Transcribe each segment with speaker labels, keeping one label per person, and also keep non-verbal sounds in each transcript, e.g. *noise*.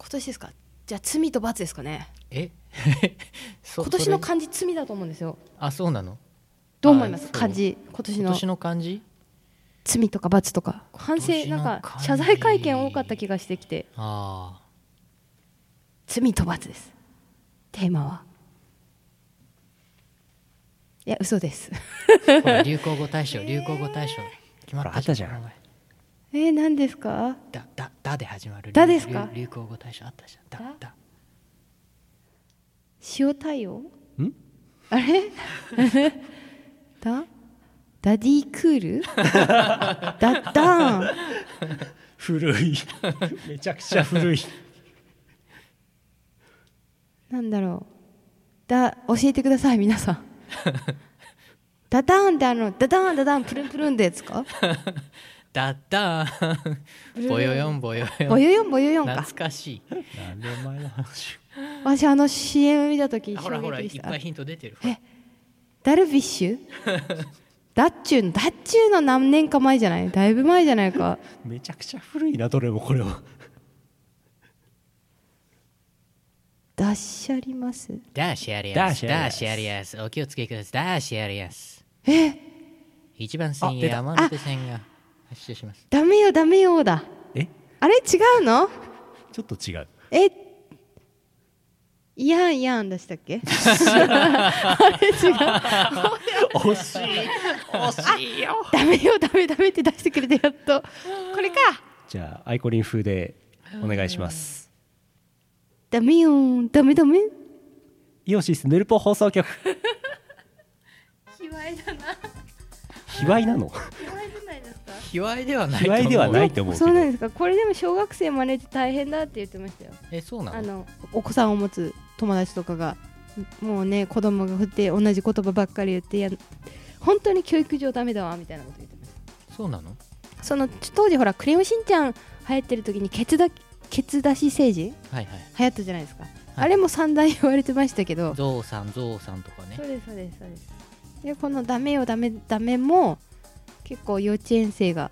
Speaker 1: 今年ですかじゃあ罪と罰ですかね
Speaker 2: え *laughs* そ
Speaker 1: 今年の
Speaker 2: それ
Speaker 1: 漢字罪だと思うんですよ
Speaker 2: あそうなの
Speaker 1: どう思います
Speaker 2: あそう
Speaker 1: 漢字今年
Speaker 2: 今
Speaker 1: の
Speaker 2: 年の漢字
Speaker 1: 罪とか罰とか反省
Speaker 2: 今年の
Speaker 1: なん
Speaker 2: 漢
Speaker 1: か
Speaker 2: 字
Speaker 1: 謝罪会見多かった気がしてきて
Speaker 2: ああ
Speaker 1: 罪と罰ですテーマはいや嘘です *laughs*
Speaker 2: ほら流行語大賞流行語大賞決まった
Speaker 3: ほらあったじゃん
Speaker 2: 名前
Speaker 1: えー、何ですか
Speaker 2: だだだで始まる
Speaker 1: だですか
Speaker 2: 流流行語大賞あったじゃんだだ
Speaker 1: 塩対応
Speaker 3: ん
Speaker 1: あれ *laughs* だダディクール *laughs* ダダーン
Speaker 3: 古いめちゃくちゃ古い
Speaker 1: なんだろうだ教えてください皆さ
Speaker 2: *laughs*
Speaker 1: んダダーンってあのダダーンダダーンプルンプルンってやつか
Speaker 2: だだー
Speaker 1: ブルー
Speaker 2: んぼよよんぼよ
Speaker 1: *laughs*
Speaker 2: よ
Speaker 1: ボ
Speaker 2: ん
Speaker 1: ヨヨンボヨヨンか
Speaker 2: 懐かし
Speaker 3: 何年前の話
Speaker 1: 私あの CM 見た時
Speaker 2: い
Speaker 1: 衝
Speaker 2: ほらほら
Speaker 1: 撃
Speaker 2: い
Speaker 1: でし
Speaker 2: ったぱいヒント出てる
Speaker 1: えダルビッシ
Speaker 2: *laughs*
Speaker 1: ュダッチューのダッチューの何年か前じゃないだいぶ前じゃないか
Speaker 3: めちゃくちゃ古いなどれもこれは
Speaker 1: ダッシャリます
Speaker 2: ダーシアリ
Speaker 3: ダ
Speaker 2: ア
Speaker 3: ー
Speaker 2: ス
Speaker 3: シアリ
Speaker 2: ダ
Speaker 3: ア
Speaker 2: ー
Speaker 3: ス
Speaker 2: シアリアスお気をつけくださいダーシアリアス
Speaker 1: え
Speaker 2: 一番線
Speaker 3: あ
Speaker 2: や
Speaker 3: 出た
Speaker 2: 山手線が発車します
Speaker 1: ダメよダメよだ
Speaker 3: え
Speaker 1: あれ違うの
Speaker 3: ちょっと違う
Speaker 1: えいやんやんでしたっけあれ違う
Speaker 3: 惜しい
Speaker 2: 惜しいよ
Speaker 1: ダメよダメダメって出してくれてやっとこれか
Speaker 3: じゃあアイコリン風でお願いします
Speaker 1: ダメよダメダメ
Speaker 3: イオシスヌルポ放送局
Speaker 1: 卑猥だな
Speaker 3: 卑猥なの
Speaker 1: 卑猥じゃないですか
Speaker 2: 卑猥ではない
Speaker 3: 卑
Speaker 2: と思う
Speaker 3: 猥ではないと思うけ
Speaker 1: そうなん
Speaker 3: ど
Speaker 1: ですかこれでも小学生真似て大変だって言ってましたよ
Speaker 2: えそうな
Speaker 1: あ
Speaker 2: の
Speaker 1: のお子さんを持つ友達とかがもうね子供が振って同じ言葉ばっかり言ってや本当に教育上ダメだわみたいなこと言ってまし
Speaker 2: そうなの
Speaker 1: たそのち当時ほら「クレヨンしんちゃん」流行ってる時にケツだケツ出し政治
Speaker 2: はいはい
Speaker 1: 流行ったじゃないですか、あれも散々言われてましたけど
Speaker 2: ゾウさんゾウさんとかね
Speaker 1: そうですそうですそうですでこの「ダメよダメダメ」も結構幼稚園生が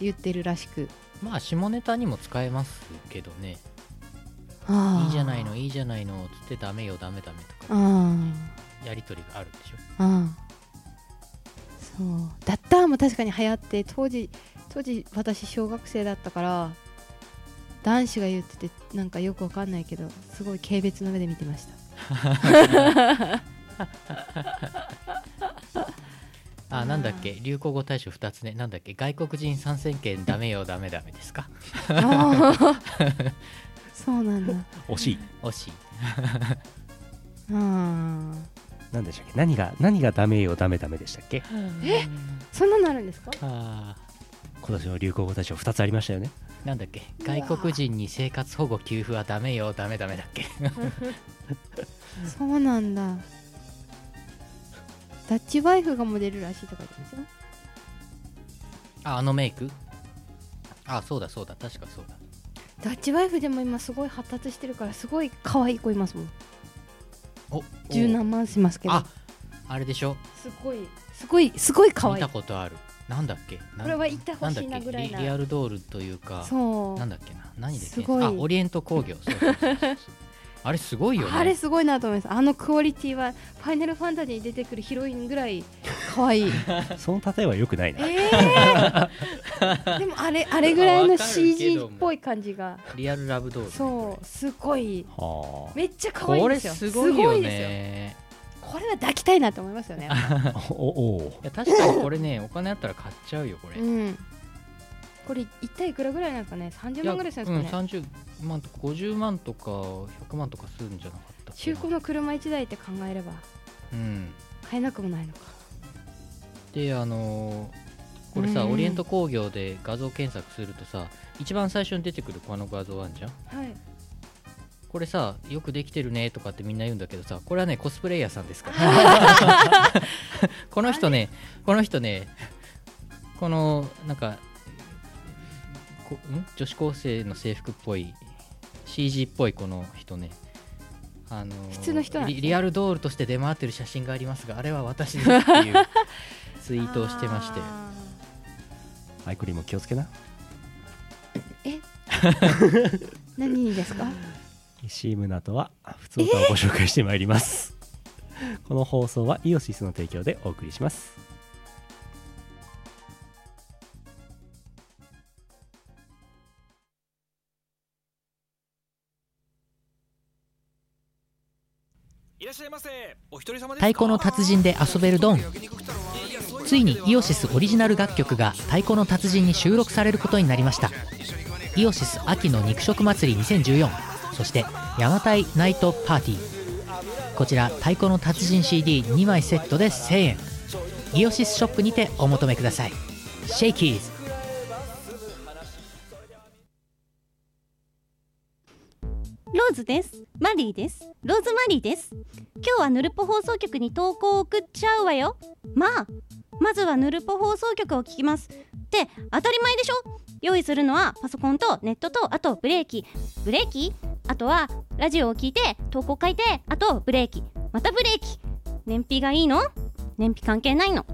Speaker 1: 言ってるらしく
Speaker 2: まあ下ネタにも使えますけどねいいじゃないのいいじゃないのつってダメよダメダメとか
Speaker 1: あ
Speaker 2: やりとりがあるでしょ
Speaker 1: ああそうダッターも確かに流行って当時当時私小学生だったから男子が言っててなんかよくわかんないけどすごい軽蔑の目で見てました
Speaker 2: あなんだっけ流行語大賞2つねなんだっけ外国人参戦権ダメよダメダメですか
Speaker 1: あーそうなんだ
Speaker 3: 惜しい
Speaker 2: 惜しい
Speaker 1: ああ
Speaker 3: 何でしたっけ何が何がダメよダメダメでしたっけ
Speaker 1: えそんなのあるんですか
Speaker 2: あ
Speaker 3: 今年の流行語大賞2つありましたよね
Speaker 2: ーなんだっけ
Speaker 1: うわー
Speaker 2: 外国人に生活保護給付はダメよダメダメだっけ
Speaker 1: そうなんだダッチワイフがモデルらしいとか言ってますよ
Speaker 2: ああのメイクあそうだそうだ確かそうだ
Speaker 1: ダッチワイフでも今すごい発達してるからすごい可愛い子いますもん
Speaker 2: お
Speaker 1: 十何万しますけど
Speaker 2: ああれでしょ
Speaker 1: すごいすごいすごい可
Speaker 2: 見
Speaker 1: 愛い
Speaker 2: たことあるなんだっけなん
Speaker 1: これは行ってほしいなん
Speaker 2: だっけ
Speaker 1: ぐらいな
Speaker 2: リリアルドールというか
Speaker 1: そう
Speaker 2: なんだっけな何です
Speaker 1: ごい
Speaker 2: あオリエント工業そうそうそう
Speaker 1: *laughs*
Speaker 2: そうあれすごいよね
Speaker 1: あれすごいなと思いますあのクオリティはファイナルファンタジーに出てくるヒロインぐらい可愛
Speaker 2: *laughs*
Speaker 1: い
Speaker 3: その例えは良くないな
Speaker 1: えー、
Speaker 2: *laughs*
Speaker 1: でもあれあれぐらいの
Speaker 2: わかるけども
Speaker 1: CG っぽい感じが
Speaker 2: リアルラブドールね、こ
Speaker 1: そうすごい
Speaker 3: は
Speaker 1: めっちゃ可
Speaker 2: れ
Speaker 1: 愛い
Speaker 2: こ
Speaker 1: ん
Speaker 2: れ
Speaker 1: ですよ
Speaker 2: すごいよ
Speaker 1: すですよ
Speaker 2: ね
Speaker 1: これは抱きたいなと思いますよ
Speaker 2: *laughs*
Speaker 1: ね。
Speaker 3: あおお
Speaker 2: いや確かにこれね *laughs* お金あったら買っちゃうよこれ、
Speaker 1: う
Speaker 2: い
Speaker 1: ん。これ一体いくらぐらいなんですかね。三十
Speaker 2: や
Speaker 1: 万ぐらいするんですかね。
Speaker 2: うん、30万とか50万とか100万とかするんじゃなかったっけ
Speaker 1: 中
Speaker 2: な
Speaker 1: 古の車一台って考えれば
Speaker 2: うん
Speaker 1: 買えなくもないのか。
Speaker 2: であのーこれさ、
Speaker 1: うん
Speaker 2: オリエント工業で画像検索するとさ一番最初に出てくるこの画像あんじゃん
Speaker 1: はい。
Speaker 2: これさよくできてるねとかってみんな言うんだけどさこれはねコスプレイヤーさんですから
Speaker 1: *laughs*
Speaker 2: *laughs* この人ねこの人ねこのなんかこん女子高生の制服っぽい CG っぽいこの人ねあのー
Speaker 1: 普通の人なんですね
Speaker 2: リリアルドールとして出回ってる写真がありますがあれは私ですっていうツイートをしてまして
Speaker 1: あ
Speaker 3: アイコリンも気をつけな
Speaker 1: ーえ。何ですか
Speaker 3: 石井宗とは普通歌をご紹介してまいります、この放送はイオシスの提供でお送りします
Speaker 4: いらっしゃいませお一人様ですか
Speaker 5: 太鼓の達人で遊べるドンついにイオシスオリジナル楽曲が「太鼓の達人」に収録されることになりましたイオシス秋の肉食祭り2014そして邪馬台ナイトパーティーこちら「太鼓の達人 CD2 枚セットで1000円イオシスショップにてお求めくださいシェイキーズ
Speaker 6: ローズです。マリーです。ローズマリーです。今日はヌルポ放送局に投稿を送っちゃうわよ。まあ、まずはヌルポ放送局を聞きます。って当たり前でしょ用意するのはパソコンとネットとあとブレーキ。ブレーキあとはラジオを聞いて投稿書いてあとブレーキ。またブレーキ。燃費がいいの燃費関係ないの。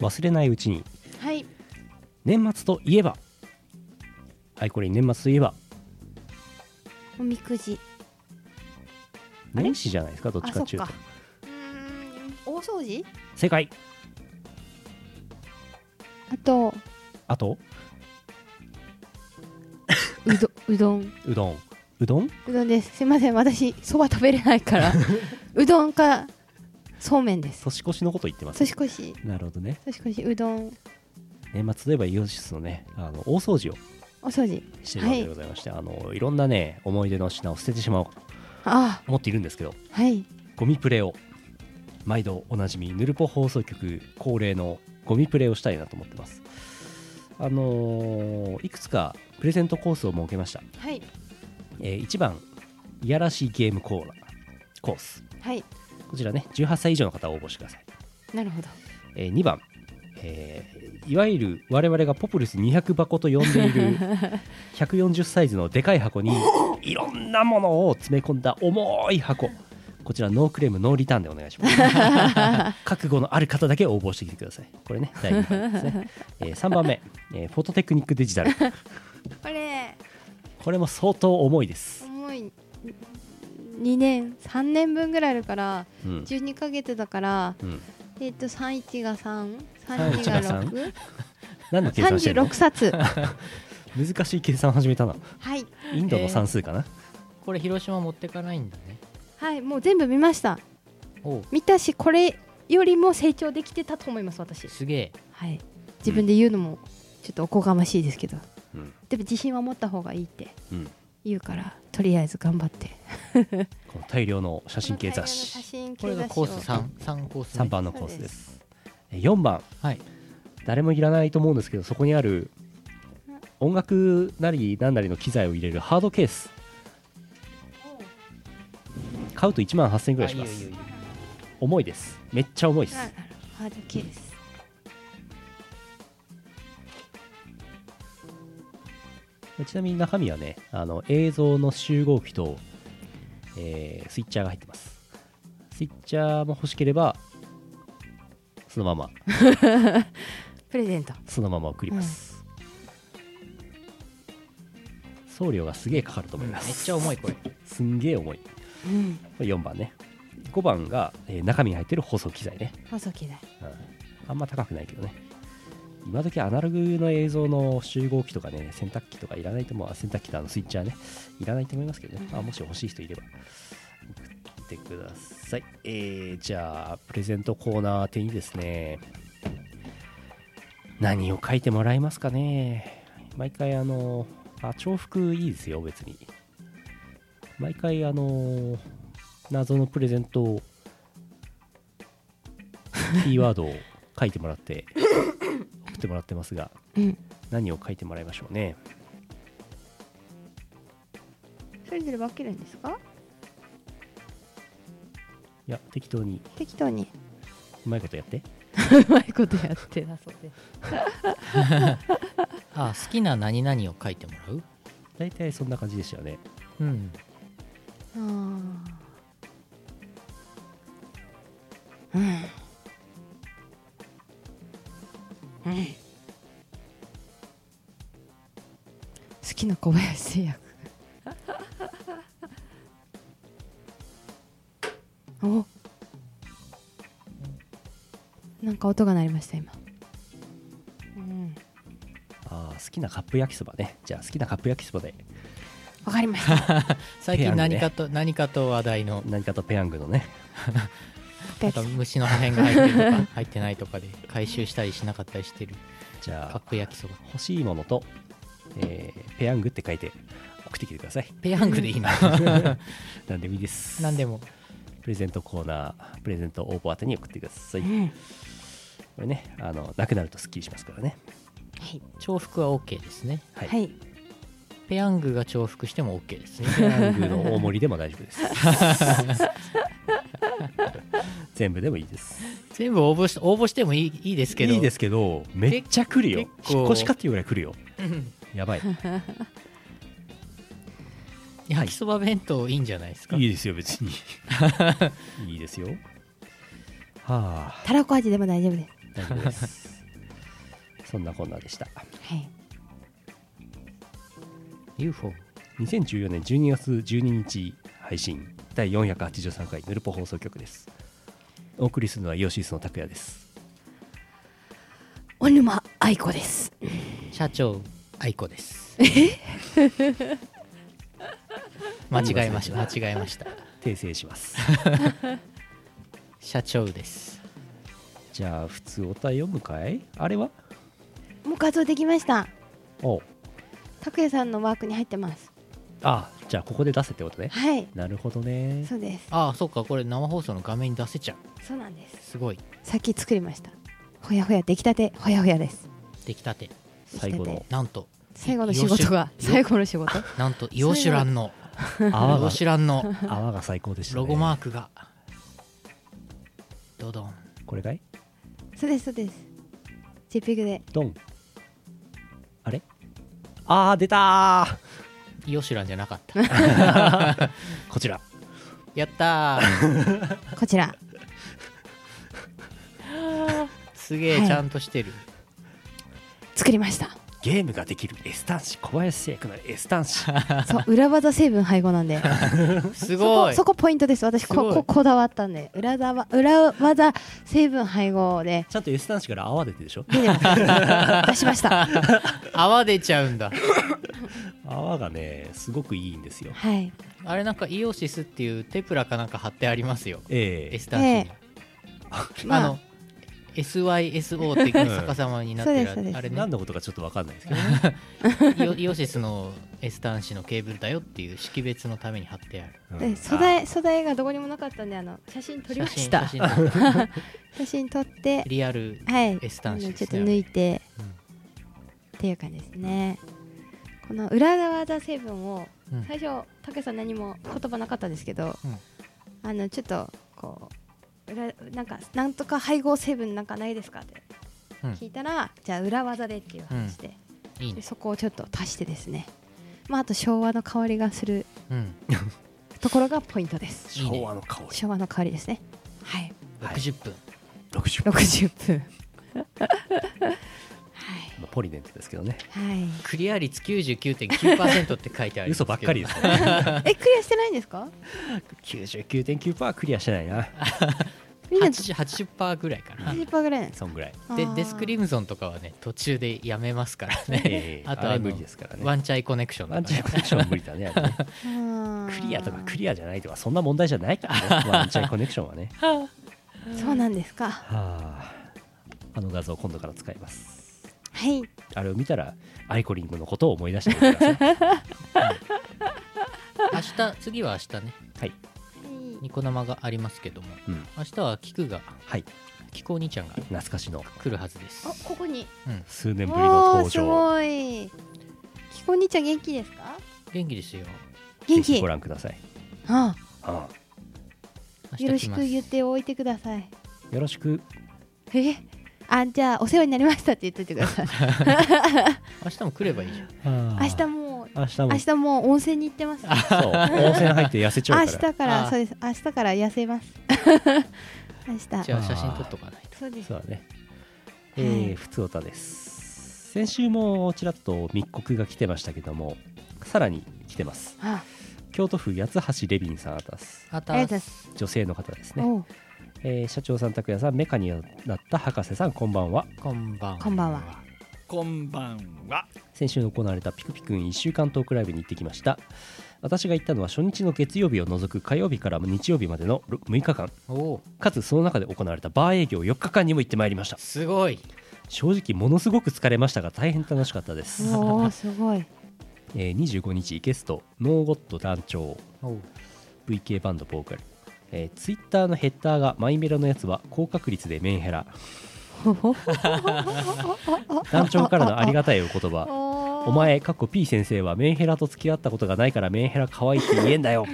Speaker 3: 忘れないうちに
Speaker 1: はい
Speaker 3: 年末といえばはいこれ年末といえば
Speaker 1: おみくじあれ
Speaker 3: 年始じゃないですかどっちかっていう
Speaker 1: あ
Speaker 3: と
Speaker 1: そっかうーん大掃除
Speaker 3: 正解
Speaker 1: あと
Speaker 3: あと
Speaker 1: うどうどん
Speaker 3: うどんうどん
Speaker 1: *laughs* うどんですすいません私そば食べれないから
Speaker 3: *laughs*
Speaker 1: うどんかそうめんです
Speaker 3: 年越しのこと言ってます
Speaker 1: 年越し
Speaker 3: なるほどね
Speaker 1: 年越しうどん
Speaker 3: 年末といえばイオシスのねあの大掃除を
Speaker 1: お掃除
Speaker 3: してるわけでございまして、い、あのいろんなね思い出の品を捨ててしまおうと
Speaker 1: あ
Speaker 3: 思っているんですけど
Speaker 1: あはい
Speaker 3: ゴミプレを毎度おなじみヌルポ放送局恒例のゴミプレをしたいなと思ってますあのーいくつかプレゼントコースを設けました、
Speaker 1: はい
Speaker 3: え1番いやらしいゲームコーナーコース
Speaker 1: はい
Speaker 3: こちらね18歳以上の方を応募してください、
Speaker 1: なるほど
Speaker 3: え2番、えーいわゆる我々がポプルス200箱と呼んでいる140サイズのでかい箱にいろんなものを詰め込んだ重い箱こちらノークレームノーリターンでお願いします覚悟のある方だけ応募してきてくださいこれね第2番ですね、え3番目、えーフォトテクニックデジタル
Speaker 1: これ
Speaker 3: これも相当重いです、
Speaker 1: 重い2年3年分ぐらいあるから
Speaker 3: うん
Speaker 1: 12ヶ月だから
Speaker 3: うん、
Speaker 1: えっ、と31が331
Speaker 3: 31が
Speaker 1: が
Speaker 3: 三
Speaker 1: 6
Speaker 3: 何の計算してるの
Speaker 1: 36冊
Speaker 3: *laughs* 難しい計算始めたな
Speaker 1: はい
Speaker 3: インドの算数かな、
Speaker 2: これ広島持ってかないんだね
Speaker 1: はいもう全部見ました
Speaker 2: おう
Speaker 1: 見たしこれよりも成長できてたと思います私
Speaker 2: すげえ
Speaker 1: はい自分で言うのもちょっとおこがましいですけど、
Speaker 3: うん
Speaker 1: でも自信は持った方がいいって
Speaker 3: うん
Speaker 1: 言うからとりあえず頑張って
Speaker 3: この大量の写真系雑誌
Speaker 2: これがコース33コース、ね、
Speaker 3: 3番のコースですえ4番
Speaker 2: はい
Speaker 3: 誰もいらないと思うんですけどそこにある音楽なりなんなりの機材を入れるハードケース買うと1万8000円ぐらいしま
Speaker 2: あいいよ
Speaker 3: す
Speaker 2: いいよいいよ
Speaker 3: 重いですめっちゃ重いです、
Speaker 1: はいハードケース
Speaker 3: ちなみに中身はねあの映像の集合機と、えースイッチャーが入ってますスイッチャーも欲しければそのまま
Speaker 1: プレゼント
Speaker 3: そのまま送ります、送料がすげえかかると思います、
Speaker 2: めっちゃ重いこれ
Speaker 3: すんげえ重い
Speaker 1: うん
Speaker 3: 4番ね5番が、えー中身に入ってる放送機材ね、
Speaker 1: 細木だ
Speaker 3: あんま高くないけどね今時アナログの映像の集合機とかね洗濯機とかいらないと思うあ洗濯機とあのスイッチャーねいらないと思いますけどね、まあ、もし欲しい人いれば送ってくださいえー、じゃあプレゼントコーナー宛てにですね何を書いてもらえますかね毎回あのあ重複いいですよ別に毎回あの謎のプレゼントをキーワードを書いてもらって送ってもらってますが、
Speaker 1: うん
Speaker 3: 何を書いてもらいましょうね
Speaker 1: それぞれ分けるんですか
Speaker 3: いや適当に
Speaker 1: 適当に
Speaker 3: うまいことやって
Speaker 1: *laughs* うまいことやってなそうで
Speaker 2: あ好きな何々を書いてもらう
Speaker 3: 大体そんな感じでしたよね
Speaker 2: うん
Speaker 1: あーうんうん好きな小林製薬おなんか音が鳴りました今うん
Speaker 3: あー好きなカップ焼きそばねじゃあ好きなカップ焼きそばで
Speaker 1: わかりました
Speaker 2: 最
Speaker 3: ペヤ
Speaker 2: 近
Speaker 3: ング
Speaker 2: 何
Speaker 3: ね
Speaker 2: かと、何かと話題の
Speaker 3: 何かとペヤングのね
Speaker 2: なんか虫の破片が入ってると
Speaker 3: *laughs*
Speaker 2: か入ってないとかで回収したりしなかったりしてる
Speaker 3: じ
Speaker 2: カッ
Speaker 3: ゃあ
Speaker 2: プ焼きそば
Speaker 3: 欲しいものと、えーペヤングって書いて送ってきてください
Speaker 2: ペヤングでいい
Speaker 3: *laughs*
Speaker 2: な
Speaker 3: 何でもいいです
Speaker 2: 何でも
Speaker 3: プレゼントコーナープレゼント応募宛てに送ってください、
Speaker 1: ん
Speaker 3: これねあのなくなるとすっきりしますからね
Speaker 2: 重複は OK ですね
Speaker 3: はい、
Speaker 1: はい
Speaker 2: ペヤングが重複しても OK ですね
Speaker 3: ペヤングの大盛りでも大丈
Speaker 2: *laughs*
Speaker 3: 夫です全部でもいいです
Speaker 2: 全部応募し応募してもいいいいですけど
Speaker 3: いいですけどめっちゃ来るよ
Speaker 2: 結構
Speaker 3: 引っ越しかっていうぐらい来るよ
Speaker 2: うん
Speaker 3: やばい
Speaker 2: 焼きそば弁当いいんじゃないですか
Speaker 3: いいです
Speaker 2: *laughs*
Speaker 3: よ別にいいですよはあ
Speaker 1: たらこ味でも大丈夫です
Speaker 3: 大丈夫ですそんなこんなでした
Speaker 1: はい
Speaker 2: UFO
Speaker 3: 2014年12月12日配信第483回ヌルポ放送局ですお送りするのはイオシスの拓也です
Speaker 1: 小沼愛子です
Speaker 2: 社長愛子です間違えました間違えました
Speaker 3: 訂正します
Speaker 2: *laughs* 社長です
Speaker 3: じゃあ普通お便り読むかいあれは
Speaker 1: もう活動できました
Speaker 3: おう
Speaker 1: 拓也さんのワークに入ってます
Speaker 3: あじゃあここで出せってことね
Speaker 1: はい
Speaker 3: なるほどね
Speaker 1: そうです
Speaker 2: ああそうかこれ生放送の画面に出せちゃう
Speaker 1: そうなんです
Speaker 2: すごい
Speaker 1: さっき作りましたほやほや出来たてほやほやです
Speaker 2: 出来たて
Speaker 1: 出来
Speaker 3: 最
Speaker 1: た
Speaker 3: 後
Speaker 1: て
Speaker 3: の
Speaker 2: なんと
Speaker 1: 最後の仕事が
Speaker 2: よし
Speaker 1: 最後の仕事
Speaker 2: なんとイオシュランの
Speaker 3: 泡
Speaker 2: イ
Speaker 1: *laughs*
Speaker 3: が
Speaker 2: オシュランの
Speaker 3: 泡が最高でした、ね、
Speaker 2: ロゴマークがドドン
Speaker 3: これかい
Speaker 1: そうですそうです JPEG で
Speaker 3: ドンあれあー出たー
Speaker 2: イオシュランじゃなかった
Speaker 3: こちら
Speaker 2: やったー
Speaker 1: こちら
Speaker 2: すげえちゃんとしてる、
Speaker 1: 作りました
Speaker 3: ゲームができるエスタンシ小林製薬のエスタ
Speaker 2: *laughs*
Speaker 3: ンシ
Speaker 1: そう裏技成分配合なんですそ
Speaker 2: ご
Speaker 1: こ
Speaker 2: い
Speaker 1: そこポイントです私
Speaker 2: すご
Speaker 1: こ
Speaker 2: い
Speaker 1: ここだわったんで裏だわ裏技成分配合
Speaker 2: *laughs*
Speaker 1: で
Speaker 3: ちゃんとエスタンシから泡出てるでしょ
Speaker 1: 出てます出しました
Speaker 2: 泡出ちゃうんだ
Speaker 3: 泡がねすごくいいんですよ
Speaker 1: はい
Speaker 2: あれなんかイオシスっていうテプラかなんか貼ってありますよ
Speaker 3: ええ
Speaker 2: エスタンシーに、
Speaker 1: まあ
Speaker 2: あの SYSO
Speaker 1: *laughs*
Speaker 2: って逆さまになって
Speaker 1: そうですそうで
Speaker 2: る
Speaker 1: す
Speaker 2: あれね
Speaker 3: 何のことかちょっと分かんないですけど、
Speaker 1: *laughs*
Speaker 2: イオイオシスのエスタンシのケーブルだよっていう識別のために貼ってある
Speaker 3: うん
Speaker 1: で素材素材がどこにもなかったんであの写真撮りました
Speaker 2: 写真
Speaker 1: *laughs*
Speaker 2: 写真
Speaker 1: 写真撮って
Speaker 2: リアル
Speaker 1: はい
Speaker 2: エスタンシ
Speaker 1: なのでちょ
Speaker 2: ーで
Speaker 1: っ
Speaker 2: す
Speaker 1: と
Speaker 2: ね
Speaker 1: 抜いて、
Speaker 2: うん
Speaker 1: っていう感じですねこの裏側だ成分を、
Speaker 2: うん
Speaker 1: 最初たけさん何も言葉なかったんですけど、
Speaker 2: うん
Speaker 1: あのちょっとこう裏なんかなんとか配合成分なんかないですかって
Speaker 2: うん
Speaker 1: 聞いたら、じゃあ裏技でっていう話で,、
Speaker 2: いい
Speaker 1: で
Speaker 2: ね
Speaker 1: そこをちょっと足してですねまああと昭和の香りがする
Speaker 2: うん
Speaker 1: ところがポイントです
Speaker 2: いいね
Speaker 3: 昭和の香り
Speaker 1: 昭和の香りですねはい
Speaker 3: はい
Speaker 2: 60分、
Speaker 3: 60
Speaker 1: 60分 *laughs*
Speaker 3: まあポリデントですけどね
Speaker 1: はい、はい
Speaker 2: クリア率99.9%って書いてある
Speaker 3: *laughs* 嘘ばっかりですね
Speaker 1: えクリアしてないんですか
Speaker 3: 99.9%クリアしてな
Speaker 2: *laughs*
Speaker 3: いな
Speaker 1: みんな
Speaker 2: 80%, 80ぐらいかな
Speaker 1: 80%ぐらい
Speaker 3: そんぐらい
Speaker 2: で
Speaker 1: あー
Speaker 2: デスクリムゾンとかはね途中でやめますから
Speaker 3: え
Speaker 2: ね
Speaker 3: *laughs* えあ
Speaker 2: あ
Speaker 3: と
Speaker 2: と
Speaker 3: は
Speaker 2: あ
Speaker 3: 無
Speaker 2: の
Speaker 3: 理ですからね
Speaker 2: ワンチャイコネクションとか
Speaker 3: ワンチャイ
Speaker 2: ね
Speaker 3: コネクションは無理だねあれ
Speaker 2: *laughs*
Speaker 3: ねクリアとかクリアじゃないとかそんな問題じゃな
Speaker 2: *laughs*
Speaker 3: いからねワンチャイコネクションはね
Speaker 1: アそうなんですか
Speaker 3: はああの画像今度から使います
Speaker 1: はい
Speaker 3: あれを見たらアイコリングのことを思い出してみて
Speaker 2: *laughs*
Speaker 3: ください
Speaker 2: 明日次は明日ね
Speaker 3: はい、
Speaker 2: ニコ生がありますけども
Speaker 3: うん、
Speaker 2: 明日はキクが
Speaker 3: はい
Speaker 2: キコお兄ちゃんが
Speaker 3: 懐かしの
Speaker 2: 来るはずです
Speaker 1: あここに
Speaker 3: 数年ぶり
Speaker 1: おお
Speaker 3: の
Speaker 1: ー
Speaker 3: 登
Speaker 1: す
Speaker 3: 場
Speaker 1: ごいきこにちゃん元気ですか
Speaker 2: 元気ですよ
Speaker 3: ぜ
Speaker 1: 元
Speaker 3: ひ
Speaker 1: 気
Speaker 3: ご覧ください、
Speaker 1: あ
Speaker 3: うん
Speaker 2: 明
Speaker 1: よろ
Speaker 2: 日
Speaker 1: し
Speaker 2: 来ま
Speaker 1: く
Speaker 2: す
Speaker 1: 言っておいてください
Speaker 3: よろしく
Speaker 1: えあじゃあお世話になりましたって言っといてください
Speaker 2: 明日も来ればいいじゃん。
Speaker 3: 明
Speaker 1: 明日もう
Speaker 3: 明日も
Speaker 1: 明日もう温泉に行ってます
Speaker 3: そう温泉入って痩せちゃ
Speaker 1: 明
Speaker 3: うから
Speaker 1: 日から
Speaker 2: あー
Speaker 1: そうです明日から痩せます *laughs* 明日
Speaker 2: じゃあ写真撮っとかないと。
Speaker 1: そうです
Speaker 3: そうだね。え
Speaker 1: は
Speaker 3: ー、
Speaker 1: い
Speaker 3: ふつおたです。先週もちらっと密告が来てましたけども、さらに来てます。
Speaker 1: あ
Speaker 3: 京都府八橋レビンさんあたす。
Speaker 2: あた
Speaker 1: ありがとうございます
Speaker 3: 女性の方ですね。
Speaker 1: おう
Speaker 3: えー社長さん、拓也さん、メカになった博士さん、こんばんは。
Speaker 2: こんばんは。
Speaker 1: こんばんは。
Speaker 4: こんばんは。
Speaker 3: 先週行われたピクピクン1週間トークライブに行ってきました。私が行ったのは初日の月曜日を除く火曜日から日曜日までの6日間
Speaker 2: おおー、
Speaker 3: かつその中で行われたバー営業4日間にも行ってまいりました
Speaker 2: すごい。
Speaker 3: 正直ものすごく疲れましたが大変楽しかったです
Speaker 1: おーすごい
Speaker 3: えー25日ゲストノーゴッド団長
Speaker 2: おお。
Speaker 3: VK バンドボーカル、えー、ツイッターのヘッダーがマイメロのやつは高確率でメンヘ
Speaker 1: *laughs*
Speaker 3: ラ団長からのありがたいお言葉お
Speaker 1: お
Speaker 3: 前かっこ P 先生はメンヘラと付き合ったことがないからメンヘラ可愛いって言えんだ
Speaker 1: *laughs*
Speaker 3: よ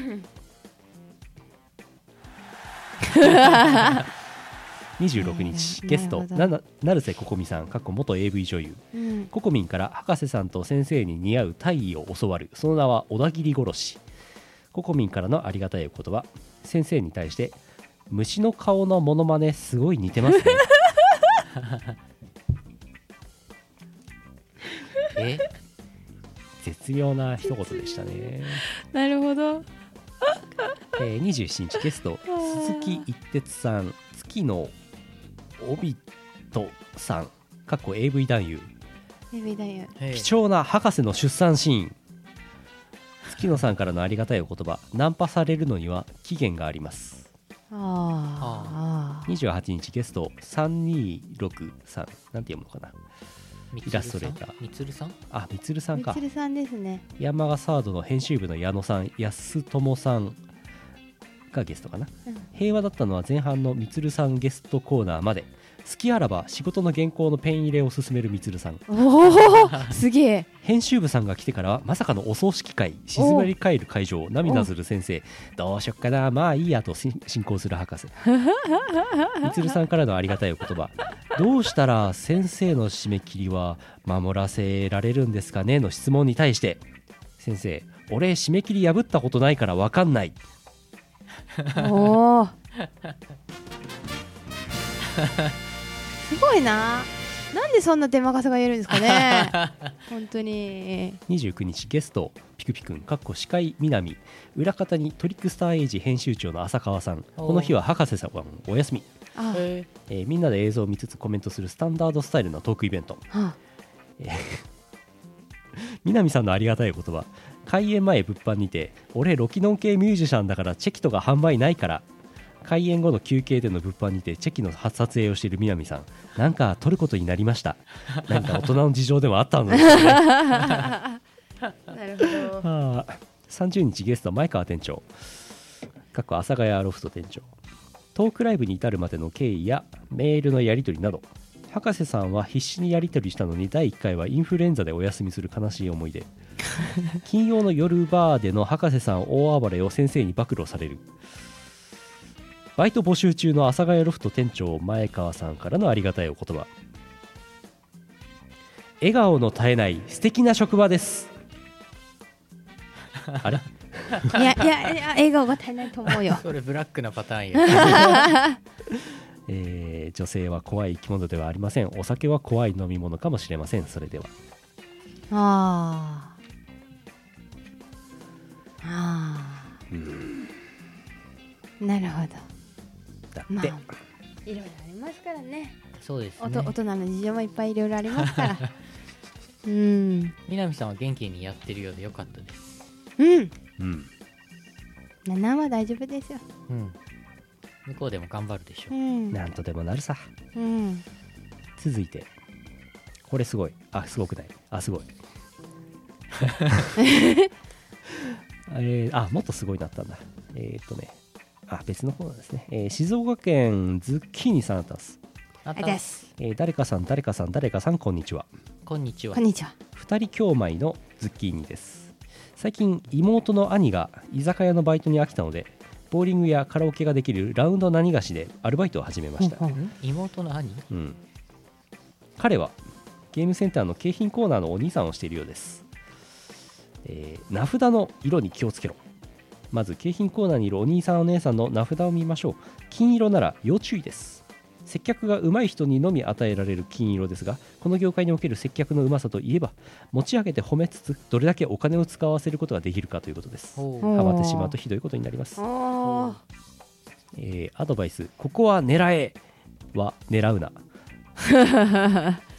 Speaker 3: 26日ゲス
Speaker 1: な
Speaker 3: ト
Speaker 1: るほど
Speaker 3: なな成瀬ここみさんかっこ元 AV 女優
Speaker 1: うん
Speaker 3: ココミンから博士さんと先生に似合う体位を教わるその名は小田切殺しココミンからのありがたいお言葉先生に対して虫の顔のモノマネすごい似
Speaker 2: *laughs*
Speaker 3: てますね
Speaker 2: え、
Speaker 3: 絶妙な一言でしたね、
Speaker 1: なるほど
Speaker 3: えー27日ゲスト鈴木一徹さん月の帯とさんかっこ AV 男優
Speaker 1: エビダイヤ
Speaker 2: へえ
Speaker 3: 貴重な博士の出産シーン月野さんからのありがたいお言葉ナンパされるのには期限があります
Speaker 1: あーあー
Speaker 3: 28日ゲスト3263なんて読むのかな
Speaker 2: み
Speaker 3: イラストレーター
Speaker 2: みつるさん。
Speaker 3: あみつるさん
Speaker 1: み
Speaker 3: か
Speaker 1: つるさんですね
Speaker 3: 山賀サードの編集部の矢野さん安友さんがゲストかな、
Speaker 1: うん
Speaker 3: 平和だったのは前半のみつるさんゲストコーナーまで好きあらば仕事の原稿のペン入れを進めるみつるさん
Speaker 1: お
Speaker 3: *laughs*
Speaker 1: おすげえ
Speaker 3: 編集部さんが来てからはまさかのお葬式会静まり返る会場涙する先生どうしよっかなまあいいやとし進行する博士みつるさんからのありがたいお言葉どうしたら先生の締め切りは守らせられるんですかねの質問に対して先生俺締め切り破ったことないから分かんない *laughs*
Speaker 1: おおすごいななんでそんな手任せが言えるんですか
Speaker 3: *laughs*
Speaker 1: ね本当に
Speaker 3: 29日ゲストピクピくんかっこ司会南裏方にトリックスターエイジ編集長の浅川さん
Speaker 2: おー
Speaker 3: この日は博士さんはお休み
Speaker 1: あ、
Speaker 2: へ
Speaker 3: えーみんなで映像を見つつコメントするスタンダードスタイルのトークイベント
Speaker 1: は
Speaker 3: 南さんのありがたい言葉開演前物販にて俺ロキノン系ミュージシャンだからチェキとか販売ないから開演後の休憩での物販にてチェキの撮影をしている南さんなんか撮ることになりました何か大人の事情でもあったのですかね
Speaker 1: あなるほど
Speaker 3: はあ30日ゲスト前川店長かっこ阿佐ヶ谷ロフト店長トークライブに至るまでの経緯やメールのやり取りなど博士さんは必死にやり取りしたのに第1回はインフルエンザでお休みする悲しい思い出金曜の夜バーでの博士さん大暴れを先生に暴露されるバイト募集中の阿佐ヶ谷ロフト店長前川さんからのありがたいお言葉笑顔の絶えない素敵な職場ですあれ
Speaker 1: いやいやいや笑顔が足りないと思うよ
Speaker 2: ーそれブラックなパターンや。
Speaker 3: えー女性は怖い生き物ではありませんお酒は怖い飲み物かもしれませんそれでは
Speaker 1: あーあーなるほど
Speaker 3: だ
Speaker 1: ま
Speaker 3: っ
Speaker 1: あ
Speaker 3: て、
Speaker 1: いろいろありますからね
Speaker 2: そうです
Speaker 1: お
Speaker 2: ね
Speaker 1: と。大人の事情もいっぱいいろいろあります
Speaker 3: *laughs*
Speaker 1: からうん
Speaker 2: 南さんは元気にやってるようでよかったです。
Speaker 1: うん
Speaker 3: うん
Speaker 1: 7は大丈夫ですよ
Speaker 2: うん。向こうでも頑張るでし
Speaker 1: う
Speaker 2: ょう。
Speaker 1: ん
Speaker 3: なんとでもなるさ
Speaker 1: うん
Speaker 3: 続いてこれすごいあすごくないあ
Speaker 1: *laughs*
Speaker 3: すごいえーあもっとすごいなったんだえーっとねあ別の方なんですね、えー静岡県ズッキーニさんあたす、
Speaker 2: あ
Speaker 1: あ
Speaker 2: た
Speaker 1: ざっす
Speaker 3: えー誰かさん誰かさん誰かさんこんにちは
Speaker 2: こんにちは
Speaker 1: こん。にちは
Speaker 3: 二人兄妹のズッキーニです最近妹の兄が居酒屋のバイトに飽きたのでボーリングやカラオケができるラウンド何菓子でアルバイトを始めました、
Speaker 5: 妹の兄
Speaker 3: うん、彼はゲームセンターの景品コーナーのお兄さんをしているようです、えー名札の色に気をつけろまず景品コーナーにいるお兄さんお姉さんの名札を見ましょう金色なら要注意です接客が上手い人にのみ与えられる金色ですがこの業界における接客のうまさといえば持ち上げて褒めつつどれだけお金を使わせることができるかということです
Speaker 5: ほう
Speaker 1: ほ
Speaker 3: ハマってしまうとひどいことになります
Speaker 1: おー
Speaker 3: えーアドバイス「ここは狙え」は狙うな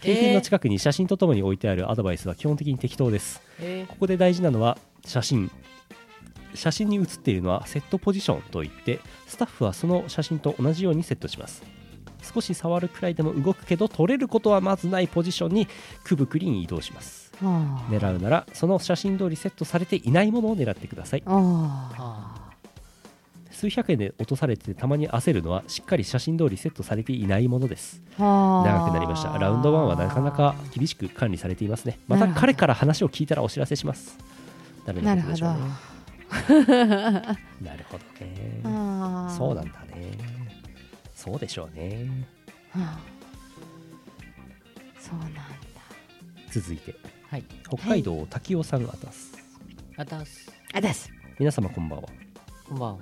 Speaker 3: 景品の近くに写真とともに置いてあるアドバイスは基本的に適当です、ここで大事なのは写真写真に写っているのはセットポジションといってスタッフはその写真と同じようにセットします少し触るくらいでも動くけど取れることはまずないポジションにくぶくりに移動します
Speaker 1: あー
Speaker 3: 狙うならその写真通りセットされていないものを狙ってください
Speaker 1: あ
Speaker 5: あ
Speaker 3: 数百円で落とされてたまに焦るのはしっかり写真通りセットされていないものです
Speaker 1: ーあー
Speaker 3: 長くなりましたラウンド1はなかなか厳しく管理されていますねま
Speaker 1: な
Speaker 3: た
Speaker 1: るほど
Speaker 3: 彼から話を聞いたらお知らせしますなる
Speaker 1: なるほど
Speaker 3: なるほどね
Speaker 1: あー
Speaker 3: そうなんだねそうでしょうね
Speaker 1: はあそうなんだ
Speaker 3: 続いて
Speaker 5: はい
Speaker 3: 北海道滝尾さんあたす、
Speaker 5: あたす
Speaker 1: あだす
Speaker 3: 皆様こんばんは
Speaker 5: こんばんは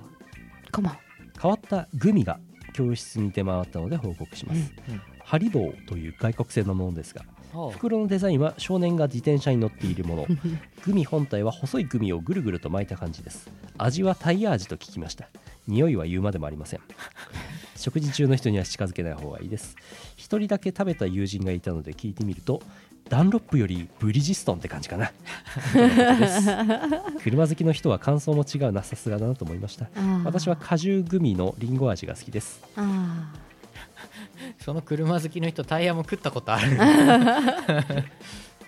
Speaker 1: こんばんは
Speaker 3: 変わったグミが教室に出回ったので報告します、
Speaker 5: うんうん
Speaker 3: ハリボーという外国製のものですが
Speaker 5: ほう
Speaker 3: 袋のデザインは少年が自転車に乗っているものグミ本体は細いグミをぐるぐると巻いた感じです味はタイヤ味と聞きました匂いは言うまでもありません食事中の人には近づけない方がいいです一人だけ食べた友人がいたので聞いてみるとダンロップよりブリヂストンって感じかなとのことです車好きの人は感想も違うなさすがだなと思いました
Speaker 1: あー
Speaker 3: 私は果汁グミのリンゴ味が好きです
Speaker 1: あ
Speaker 5: その車好きの人タイヤも食ったことある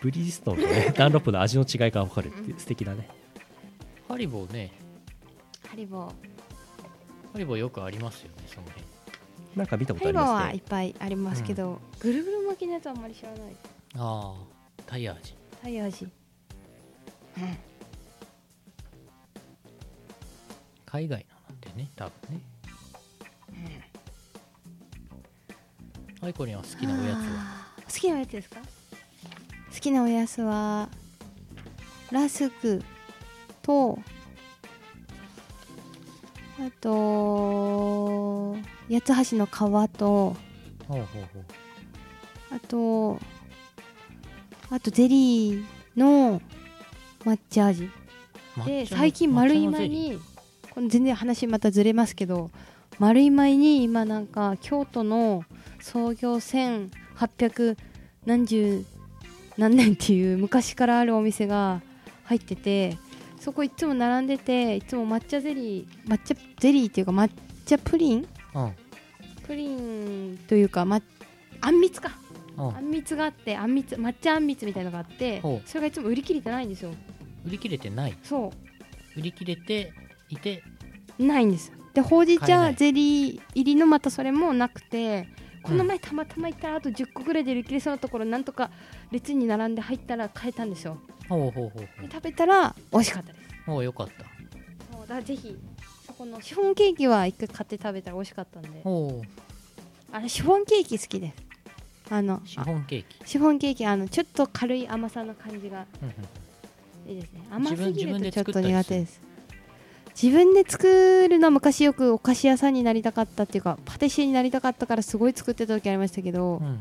Speaker 3: ブリヂストンとねダンロップの味の違いが分かるっていう素敵だね
Speaker 5: ハリボーね
Speaker 1: ーハリボー
Speaker 5: ハリボーよくありますよねその辺
Speaker 3: なんか見たこ
Speaker 1: ハ
Speaker 3: とあ
Speaker 1: リ
Speaker 3: り
Speaker 1: ボー
Speaker 3: ますね
Speaker 1: はいっぱいありますけど、ぐるぐる巻きのやつはあんまり知らない
Speaker 5: ああタイヤ味
Speaker 1: タイヤ味
Speaker 5: 海外のなんてね多分ねアイコリンは好きなおやつは
Speaker 1: あー好きなおやつですか好きなおやつはラスクとあと八つ橋の皮と
Speaker 5: ほうほうほう
Speaker 1: あとあとゼリーの抹茶味
Speaker 5: 抹茶の
Speaker 1: で最近丸い
Speaker 5: 抹茶のゼ
Speaker 1: 前
Speaker 5: リー
Speaker 1: にこの全然話またずれますけど丸い前に今なんか京都の創業1800何十何年っていう昔からあるお店が入っててそこいつも並んでていつも抹茶ゼリー抹茶ゼリーっていうか抹茶プリン
Speaker 5: うん
Speaker 1: プリンというか、ま、あんみつか
Speaker 5: うん
Speaker 1: あんみつがあってあんみつ抹茶あんみつみたいなのがあって
Speaker 5: ほう
Speaker 1: それがいつも売り切れてないんですよ
Speaker 5: 売り切れてない
Speaker 1: そう
Speaker 5: 売り切れていて
Speaker 1: ないんですでほうじ
Speaker 5: 買えな
Speaker 1: 茶
Speaker 5: い
Speaker 1: ゼリー入りのまたそれもなくてこ
Speaker 5: う
Speaker 1: の
Speaker 5: ん
Speaker 1: 前たまたま行ったらあと10個ぐらいで売り切れそうなところなんとか列に並んで入ったら買えたんですよ
Speaker 5: ほうほうほう
Speaker 1: で食べたら美味しかったです
Speaker 5: ほうほうよかった
Speaker 1: そうだからぜひそこのシフォンケーキは一回買って食べたら美味しかったんで
Speaker 5: ほう
Speaker 1: あれシフォンケーキ好きですあの
Speaker 5: シ
Speaker 1: あ
Speaker 5: フォンケーキ
Speaker 1: シフォンケーキあのちょっと軽い甘さの感じが
Speaker 5: うんうん
Speaker 1: いいですね
Speaker 5: 自分
Speaker 1: 甘すぎるとちょっ
Speaker 5: 自分で作
Speaker 1: と
Speaker 5: ったり
Speaker 1: 苦
Speaker 5: す
Speaker 1: 手
Speaker 5: る
Speaker 1: です自分で作るのは昔よくお菓子屋さんになりたかったっていうかパティシエになりたかったからすごい作ってた時ありましたけど
Speaker 5: う、ん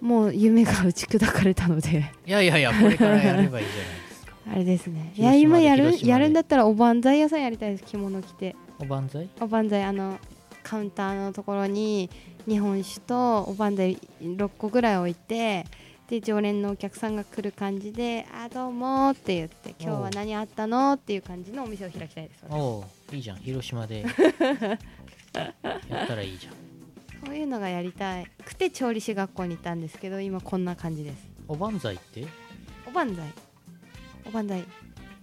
Speaker 1: もう夢が打ち砕かれたので *laughs*
Speaker 5: いやいやいやこれからやればいいじゃないですか
Speaker 1: あれですねい
Speaker 5: 広島で
Speaker 1: や今やる
Speaker 5: 広島で
Speaker 1: やるんだったらおばんざい屋さんやりたいです着物着て
Speaker 5: おばんざい
Speaker 1: おばんざいあのカウンターのところに日本酒とおばんざい6個ぐらい置いてで常連のお客さんが来る感じで「あどうも」って言って「今日は何あったの?」っていう感じのお店を開きたいです私
Speaker 5: おおいいじゃん広島
Speaker 1: *laughs*
Speaker 5: でやったらいいじゃん
Speaker 1: そういうのがやりたいくて調理師学校に行ったんですけど今こんな感じです
Speaker 5: おばんざいってっ
Speaker 1: おばんざいおばんざい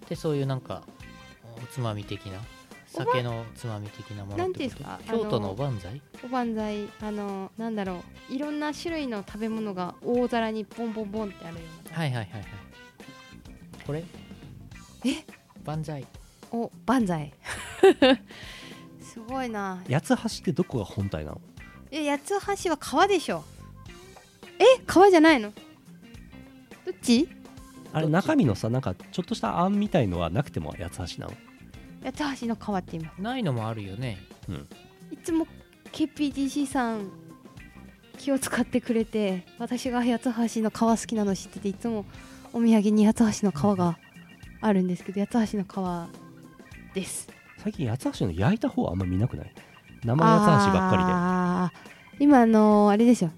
Speaker 5: てそういうなんかおつまみ的な
Speaker 1: おばん
Speaker 5: 酒のつまみ的なもの
Speaker 1: な
Speaker 5: っ
Speaker 1: んてい
Speaker 5: て
Speaker 1: うん
Speaker 5: こ
Speaker 1: です
Speaker 5: と
Speaker 1: か
Speaker 5: 京都の
Speaker 1: あの
Speaker 5: おばんざい
Speaker 1: おばんざいあのなんだろういろんな種類の食べ物が大皿にボンボンボンってあるような、
Speaker 5: はいはいはいはいこれ
Speaker 1: え
Speaker 5: ばんざい
Speaker 1: お万歳 *laughs* すごいな
Speaker 3: 八つ橋ってどこが本体なの
Speaker 1: え八つ橋は川でしょえ川じゃないのどっち
Speaker 3: あれ中身のさなんかちょっとしたあんみたいのはなくても八つ橋なの
Speaker 1: 八つ橋の川って言います
Speaker 2: ないのもあるよね
Speaker 1: いつも KPDC さん気を使ってくれて私が八つ橋の川好きなの知ってていつもお土産に八つ橋の川があるんですけど八つ橋の川です
Speaker 3: 最近八つ橋の焼いた方はあんま見なくない生八つ橋ばっか
Speaker 1: かりで今あのーあれですよ